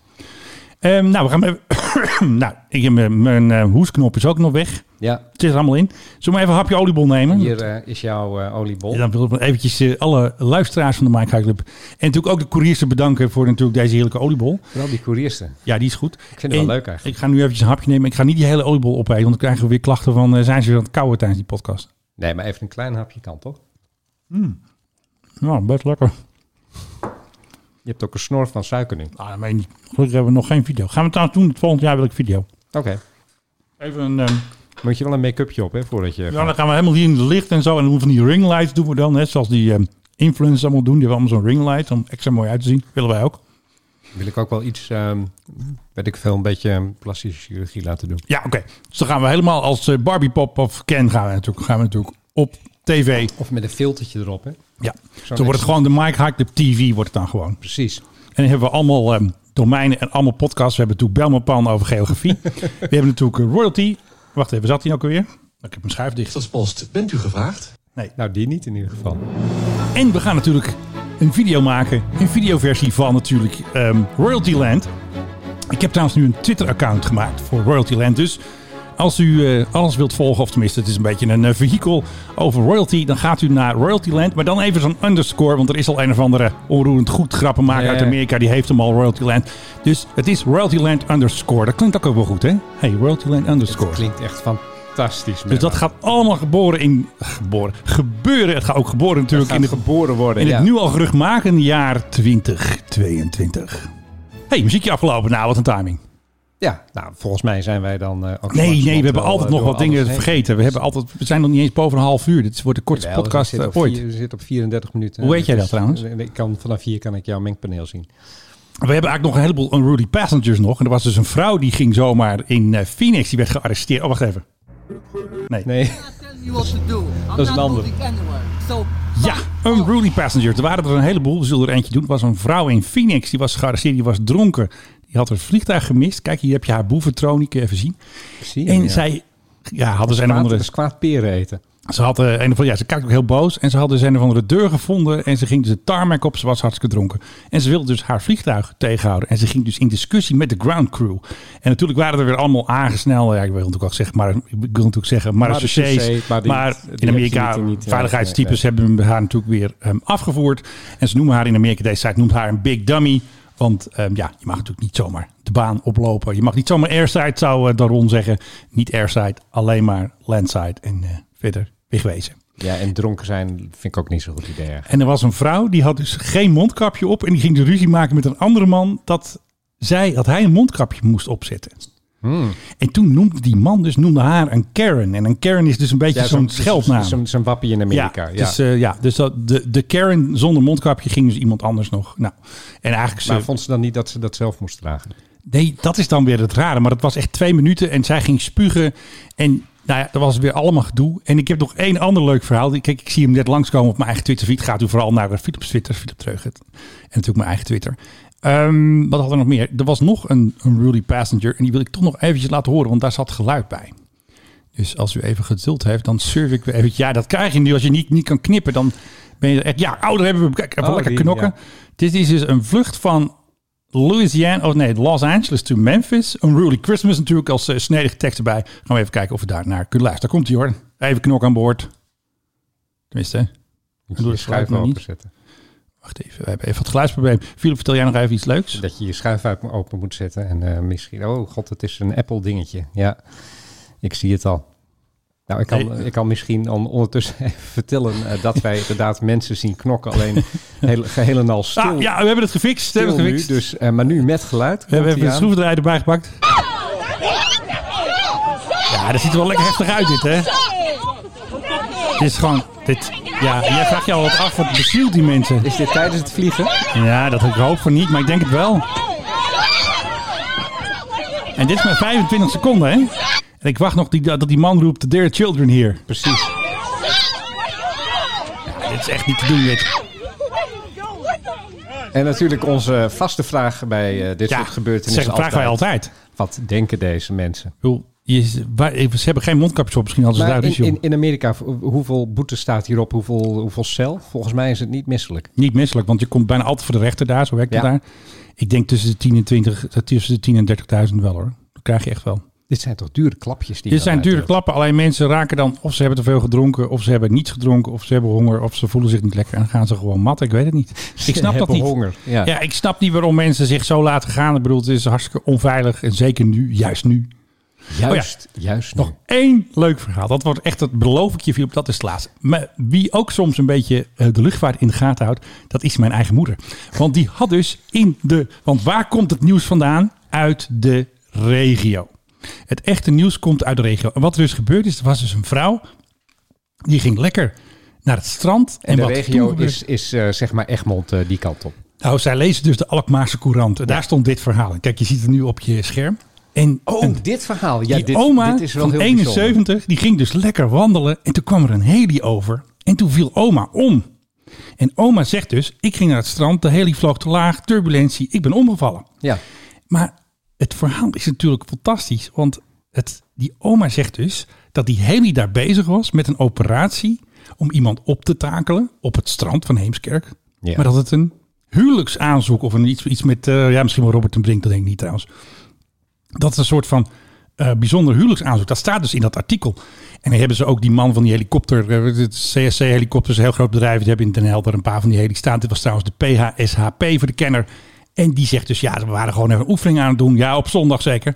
Speaker 1: Ehm, nou, we gaan even... nou, ik heb mijn, mijn eh, hoesknop is ook nog weg.
Speaker 2: Ja,
Speaker 1: Het zit er allemaal in. Zullen we maar even een hapje oliebol nemen?
Speaker 2: Hier eh, is jouw eh, oliebol.
Speaker 1: Ja, Dan wil ik eventjes eh, alle luisteraars van de Mike High Club... en natuurlijk ook de couriers te bedanken voor natuurlijk deze heerlijke oliebol.
Speaker 2: Vooral die koeriersten.
Speaker 1: Ja, die is goed. Ik
Speaker 2: vind het wel leuk eigenlijk.
Speaker 1: Ik ga nu eventjes een hapje nemen. Ik ga niet die hele oliebol opeten, want dan krijgen we weer klachten van... eh, zijn ze weer aan het kouwen tijdens die podcast?
Speaker 2: Nee, maar even een klein hapje kan toch?
Speaker 1: Nou, best lekker.
Speaker 2: Je hebt ook een snor van suiker nu.
Speaker 1: Nou, dat meen ik niet. Gelukkig hebben we nog geen video. Gaan we trouwens doen, het volgend jaar wil ik video.
Speaker 2: Oké.
Speaker 1: Even een... ehm,
Speaker 2: Moet je wel een make-upje op, hè, voordat je...
Speaker 1: Ja, dan gaan we helemaal hier in het licht en zo. En hoe van die ringlights doen we dan. Net zoals die ehm, influencers allemaal doen. Die hebben allemaal zo'n ringlight om extra mooi uit te zien. Willen wij ook.
Speaker 2: Wil ik ook wel iets, ehm, weet ik veel, een beetje ehm, plastische chirurgie laten doen.
Speaker 1: Ja, oké. Dus dan gaan we helemaal als eh, Barbie Pop of Ken gaan we natuurlijk, gaan we natuurlijk op tv.
Speaker 2: Of met een filtertje erop, hè.
Speaker 1: Ja.
Speaker 2: Zo'n
Speaker 1: Dan wordt het
Speaker 2: extra-
Speaker 1: gewoon de Mike High Club TV wordt het dan gewoon.
Speaker 2: Precies.
Speaker 1: En dan hebben we allemaal ehm, domeinen en allemaal podcasts. We hebben natuurlijk Belmapan over geografie. we hebben natuurlijk eh, Royalty. Wacht even, zat hij ook alweer? Ik heb mijn schuif dicht.
Speaker 5: Ministerspost, bent u gevraagd?
Speaker 2: Nou, die niet in ieder geval.
Speaker 1: En we gaan natuurlijk een video maken. Een videoversie van natuurlijk ehm Royalty Land. Ik heb trouwens nu een Twitter-account gemaakt voor Royalty Land. Dus als u eh, alles wilt volgen, of tenminste het is een beetje een eh, vehikel over royalty, dan gaat u naar Royalty Land. Maar dan even zo'n underscore, want er is al een of andere onroerend goed grappenmaker
Speaker 2: Ja.
Speaker 1: uit Amerika. Die heeft hem al, Royalty Land. Dus het is Royalty Land underscore. Dat klinkt ook wel goed, hè? Hey, Royalty Land underscore.
Speaker 2: Het klinkt echt fantastisch.
Speaker 1: Dus dat gaat allemaal geboren in... Geboren. Gebeuren. Het gaat ook geboren natuurlijk in de
Speaker 2: geboren worden.
Speaker 1: in
Speaker 2: ja.
Speaker 1: het nu al geruchtmakende jaar 2022. hey, muziekje afgelopen. Nou, wat een timing.
Speaker 2: Ja, nou, volgens mij zijn wij dan eh, ook...
Speaker 1: Nee, nee,
Speaker 2: langzamerhand
Speaker 1: we hebben
Speaker 2: wel,
Speaker 1: altijd
Speaker 2: eh,
Speaker 1: nog
Speaker 2: door
Speaker 1: wat dingen
Speaker 2: alles heen.
Speaker 1: vergeten. We, hebben altijd, we zijn nog niet eens boven een half uur. Dit wordt de kortste
Speaker 2: Jawel,
Speaker 1: podcast
Speaker 2: we
Speaker 1: eh,
Speaker 2: zitten op
Speaker 1: ooit.
Speaker 2: vier- we zitten op 34 minuten.
Speaker 1: Hoe weet jij
Speaker 2: is-
Speaker 1: dat trouwens?
Speaker 2: Ik kan, vanaf hier kan ik jouw mengpaneel zien.
Speaker 1: We hebben eigenlijk nog een heleboel unruly passengers nog. En er was dus een vrouw die ging zomaar in eh, Phoenix. Die werd gearresteerd. Oh, wacht even.
Speaker 2: Nee,
Speaker 9: Dat
Speaker 2: is een ander.
Speaker 1: Ja, unruly passenger. Er waren er een heleboel. We zullen er eentje doen. Er was een vrouw in Phoenix. Die was gearresteerd. Die was dronken. Die had haar vliegtuig gemist. Kijk, hier heb je haar boeventroon. Die kun je even zien.
Speaker 2: zie je.
Speaker 1: En
Speaker 2: ja.
Speaker 1: zij... Ja, hadden ze een of
Speaker 2: kwaad,
Speaker 1: andere...
Speaker 2: dat is kwaad peren eten.
Speaker 1: Ze had eh, een of andere, ja, ze kijkt ook heel boos. En ze had dus een of andere deur gevonden. En ze ging dus de tarmac op. Ze was hartstikke dronken. En ze wilde dus haar vliegtuig tegenhouden. En ze ging dus in discussie met de ground crew. En natuurlijk waren er weer allemaal aangesneld. Ja, ik wil natuurlijk ook zeggen, maar ik wil natuurlijk zeggen, maar,
Speaker 2: Maar de
Speaker 1: associés.
Speaker 2: CC, maar
Speaker 1: Maar,
Speaker 2: die- die
Speaker 1: in Amerika,
Speaker 2: heb je niet, niet, ja,
Speaker 1: veiligheidstypes hebben haar natuurlijk weer ehm, afgevoerd. En ze noemen haar in Amerika deze tijd, noemt haar een big dummy. Want ehm, ja, je mag natuurlijk niet zomaar de baan oplopen. Je mag niet zomaar airside, zou eh, Daron zeggen. Niet airside, alleen maar landside. En eh, verder wegwezen.
Speaker 2: Ja, en dronken zijn vind ik ook niet zo'n goed idee. eigenlijk.
Speaker 1: En er was een vrouw die had dus geen mondkapje op. En die ging de ruzie maken met een andere man dat, zij, dat hij een mondkapje moest opzetten. En toen noemde die man dus noemde haar een Karen. En een Karen is dus een beetje
Speaker 2: Ja,
Speaker 1: zo'n scheldnaam.
Speaker 2: Zo'n zo'n wappie in Amerika. Ja,
Speaker 1: ja, dus, eh, ja, dus dat, de, de Karen zonder mondkapje ging dus iemand anders nog. Nou, en eigenlijk ze,
Speaker 2: maar vond ze dan niet dat ze dat zelf moest dragen?
Speaker 1: Nee, dat is dan weer het rare. Maar het was echt twee minuten en zij ging spugen. En nou ja, er was weer allemaal gedoe. En ik heb nog één ander leuk verhaal. Kijk, ik zie hem net langskomen op mijn eigen Twitterfeed. Gaat u vooral naar eh, Philips Twitter, Philip Treugert. En natuurlijk mijn eigen Twitter. Ehm, wat had er nog meer? Er was nog een, een Rudy Passenger. En die wil ik toch nog eventjes laten horen, want daar zat geluid bij. Dus als u even geduld heeft, dan surf ik weer even. Ja, dat krijg je nu. Als je niet, niet kan knippen, dan ben je echt... Ja, ouder hebben we... Kijk, even
Speaker 2: Oh,
Speaker 1: lekker
Speaker 2: die,
Speaker 1: knokken.
Speaker 2: ja.
Speaker 1: Dit is dus een vlucht van Louisiana, of nee, Los Angeles to Memphis. Unruly Christmas natuurlijk als eh, snedige tekst erbij. Gaan we even kijken of we daar naar kunnen luisteren. Daar komt hij hoor. Even knok aan boord. Tenminste, doe
Speaker 2: Moet je je
Speaker 1: het geluid
Speaker 2: schuif
Speaker 1: maar niet.
Speaker 2: openzetten.
Speaker 1: wacht even. We hebben even het geluidsprobleem. Philip, vertel jij nog even iets leuks?
Speaker 2: Dat je je schuif uit- open moet zetten. En eh, misschien, oh god, het is een Apple dingetje. Ja, ik zie het al. Nou, ik kan,
Speaker 1: Nee.
Speaker 2: ik kan misschien on- ondertussen even vertellen eh, dat wij inderdaad mensen zien knokken. Alleen heel, geheel en al stil.
Speaker 1: Ah, ja, we hebben het gefixt. We
Speaker 2: stil
Speaker 1: hebben het
Speaker 2: nu,
Speaker 1: gefixt.
Speaker 2: dus, eh, maar nu met geluid.
Speaker 1: we hebben
Speaker 2: komt
Speaker 1: even
Speaker 2: hij
Speaker 1: de
Speaker 2: aan.
Speaker 1: schroevendraaier erbij gepakt. Ja, dat ziet er wel lekker heftig uit dit, hè? Dit is gewoon... Dit, ja, jij vraagt je al wat af, wat bezielt die mensen?
Speaker 2: Is dit tijdens het vliegen?
Speaker 1: Ja, dat ik hoop van niet, maar ik denk het wel. En dit is maar 25 seconden, hè? En ik wacht nog die, dat die man roept, there are children here.
Speaker 2: Precies.
Speaker 1: Ja, dit is echt niet te doen, dit.
Speaker 2: En natuurlijk onze vaste vraag bij eh, dit soort gebeurtenissen.
Speaker 1: zeg, dat vragen wij altijd.
Speaker 2: Wat denken deze mensen?
Speaker 1: Ik bedoel, je, waar- ze hebben geen mondkapjes op, misschien hadden ze
Speaker 2: Maar
Speaker 1: daar dus,
Speaker 2: in,
Speaker 1: joh.
Speaker 2: in, in Amerika, hoe- hoeveel boete staat hierop? Hoeveel, hoeveel cel? Volgens mij is het niet misselijk.
Speaker 1: Niet misselijk, want je komt bijna altijd voor de rechter daar, zo werkt het
Speaker 2: Ja.
Speaker 1: daar. Ik denk tussen de 10 en 20, tussen de 10 en 30.000 wel, hoor. Dat krijg je echt wel.
Speaker 2: Dit zijn toch dure klapjes? Die
Speaker 1: Dit
Speaker 2: je
Speaker 1: zijn
Speaker 2: dan
Speaker 1: dure
Speaker 2: uitdeelt?
Speaker 1: klappen. Alleen mensen raken dan of ze hebben te veel gedronken, of ze hebben niets gedronken, of ze hebben honger, of ze voelen zich niet lekker en dan gaan ze gewoon mat. Ik weet het niet. Ik snap dat
Speaker 2: hebben
Speaker 1: niet.
Speaker 2: honger. Ja.
Speaker 1: Ja. ik snap niet waarom mensen zich zo laten gaan. Ik bedoel, het is hartstikke onveilig en zeker nu, juist nu.
Speaker 2: Juist, juist
Speaker 1: Oh Nog
Speaker 2: nog.
Speaker 1: één leuk verhaal. Dat wordt echt, dat beloof ik je, Filip, dat is het laatste. Maar wie ook soms een beetje eh, de luchtvaart in de gaten houdt, dat is mijn eigen moeder. Want die had dus in de. Want waar komt het nieuws vandaan? Uit de regio. Het echte nieuws komt uit de regio. En wat er dus gebeurd is, er was dus een vrouw. Die ging lekker naar het strand.
Speaker 2: En, de
Speaker 1: wat
Speaker 2: regio
Speaker 1: toen gebeurde-
Speaker 2: is, is eh, zeg maar Egmond eh, die kant op.
Speaker 1: nou, zij lezen dus de Alkmaarse Courant. En daar stond dit verhaal in. Kijk, je ziet het nu op je scherm. En
Speaker 2: Oh,
Speaker 1: een-
Speaker 2: dit verhaal. Ja,
Speaker 1: die
Speaker 2: dit,
Speaker 1: oma
Speaker 2: dit is wel
Speaker 1: van
Speaker 2: heel
Speaker 1: 71,
Speaker 2: bijzonder.
Speaker 1: die ging dus lekker wandelen. En toen kwam er een heli over. En toen viel oma om. En oma zegt dus, ik ging naar het strand. De heli vloog te laag, turbulentie. Ik ben omgevallen.
Speaker 2: Ja.
Speaker 1: Maar het verhaal is natuurlijk fantastisch. Want het, die oma zegt dus dat die heli daar bezig was met een operatie om iemand op te takelen op het strand van Heemskerk.
Speaker 2: Ja.
Speaker 1: Maar dat het een huwelijksaanzoek of een iets, iets met, eh, ja misschien wel Robert en Brink, dat denk ik niet trouwens. Dat is een soort van eh, bijzonder huwelijksaanzoek. Dat staat dus in dat artikel. En dan hebben ze ook die man van die helikopter, eh, het CSC-helikopters, een heel groot bedrijf. Die hebben in Den Helder een paar van die heli staan. Dit was trouwens de PHSHP voor de kenner. En die zegt dus, ja, we waren gewoon even een oefening aan het doen. Ja, op zondag zeker.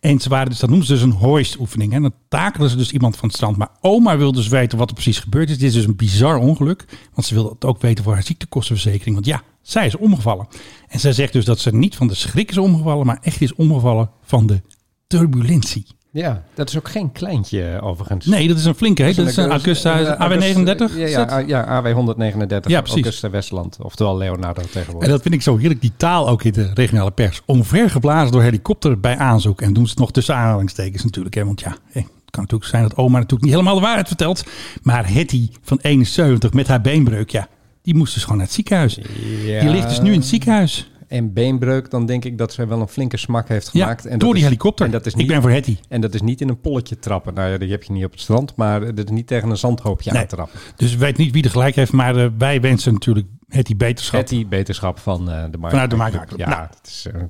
Speaker 1: En ze waren dus, dat noemen ze dus een hoist-oefening. En dan takelen ze dus iemand van het strand. Maar oma wil dus weten wat er precies gebeurd is. Dit is dus een bizar ongeluk. Want ze wil het ook weten voor haar ziektekostenverzekering. Want ja, Zij is omgevallen. En zij zegt dus dat ze niet van de schrik is omgevallen, maar echt is omgevallen van de turbulentie.
Speaker 2: Ja, dat is ook geen kleintje eh, overigens.
Speaker 1: Nee, dat is een flinke. hè? Dat is een
Speaker 2: eh,
Speaker 1: Augusta AW39.
Speaker 2: Ja,
Speaker 1: is
Speaker 2: ja,
Speaker 1: dat?
Speaker 2: ja, AW139.
Speaker 1: Ja, precies.
Speaker 2: Augusta Westland, oftewel Leonardo tegenwoordig.
Speaker 1: En dat vind ik zo heerlijk, die taal ook in de regionale pers. Omvergeblazen door helikopter bij aanzoek. En doen ze het nog tussen aanhalingstekens natuurlijk. Hè? Want ja, hè, het kan natuurlijk zijn dat oma natuurlijk niet helemaal de waarheid vertelt. Maar Hetty van 71 met haar beenbreuk, ja, die moest dus gewoon naar het ziekenhuis. Die ligt dus nu in het ziekenhuis.
Speaker 2: En beenbreuk, dan denk ik dat zij wel een flinke smak heeft
Speaker 1: Ja,
Speaker 2: gemaakt. en
Speaker 1: door
Speaker 2: dat
Speaker 1: die
Speaker 2: is-
Speaker 1: helikopter.
Speaker 2: En dat is
Speaker 1: Ik
Speaker 2: niet,
Speaker 1: ben voor Hetty.
Speaker 2: En dat is niet in een polletje trappen. Nou ja, die heb je niet op het strand, maar dat is niet tegen een zandhoopje
Speaker 1: Nee.
Speaker 2: aan trappen.
Speaker 1: Dus ik weet niet wie er gelijk heeft, maar eh, wij wensen natuurlijk Hetty beterschap.
Speaker 2: Getty, beterschap van eh, de markt.
Speaker 1: Vanuit de Markt Club.
Speaker 2: Ja,
Speaker 1: Nou.
Speaker 2: het is, eh,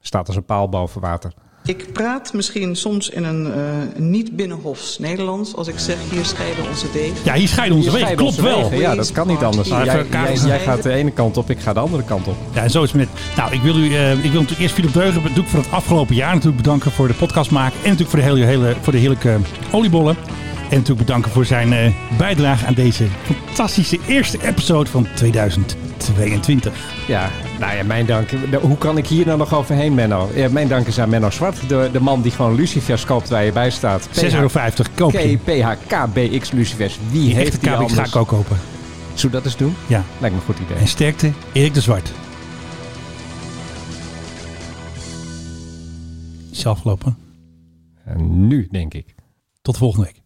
Speaker 2: staat als een paal boven water.
Speaker 3: Ik praat misschien soms in een eh, niet binnenhofs Nederlands als ik zeg hier scheiden onze wegen.
Speaker 1: Ja, hier scheiden onze
Speaker 2: Hier
Speaker 1: wegen.
Speaker 2: scheiden
Speaker 1: Klopt
Speaker 2: onze
Speaker 1: wel.
Speaker 2: wegen. Ja, dat kan niet anders.
Speaker 3: Maar
Speaker 1: even
Speaker 2: Jij,
Speaker 1: elkaar
Speaker 2: jij-
Speaker 1: eens
Speaker 2: jij
Speaker 3: kijken.
Speaker 2: gaat de ene kant op, ik ga de andere kant op.
Speaker 1: Ja, en zo is het met. Nou, ik wil, u, eh, ik wil natuurlijk eerst Philip Deugen bedanken voor het afgelopen jaar. Natuurlijk bedanken voor de podcast maken. En natuurlijk voor de, hele, hele, voor de heerlijke oliebollen. En natuurlijk bedanken voor zijn eh, bijdrage aan deze fantastische eerste episode van 2022.
Speaker 2: Ja, nou ja, mijn dank. de- Hoe kan ik hier nou nog overheen, Menno? Ja, mijn dank is aan Menno Zwart, de, de man die gewoon lucifers koopt waar je bij staat.
Speaker 1: 6,50 euro koop je.
Speaker 2: KPHKBX lucifers. Wie
Speaker 1: Die
Speaker 2: heeft
Speaker 1: echte
Speaker 2: die
Speaker 1: kabel
Speaker 2: anders?
Speaker 1: ga ik ook kopen.
Speaker 2: Zullen we dat eens doen?
Speaker 1: Ja.
Speaker 2: Lijkt me een goed idee.
Speaker 1: En sterkte, Erik de Zwart. Zelf lopen.
Speaker 2: En nu, denk ik.
Speaker 1: Tot volgende week.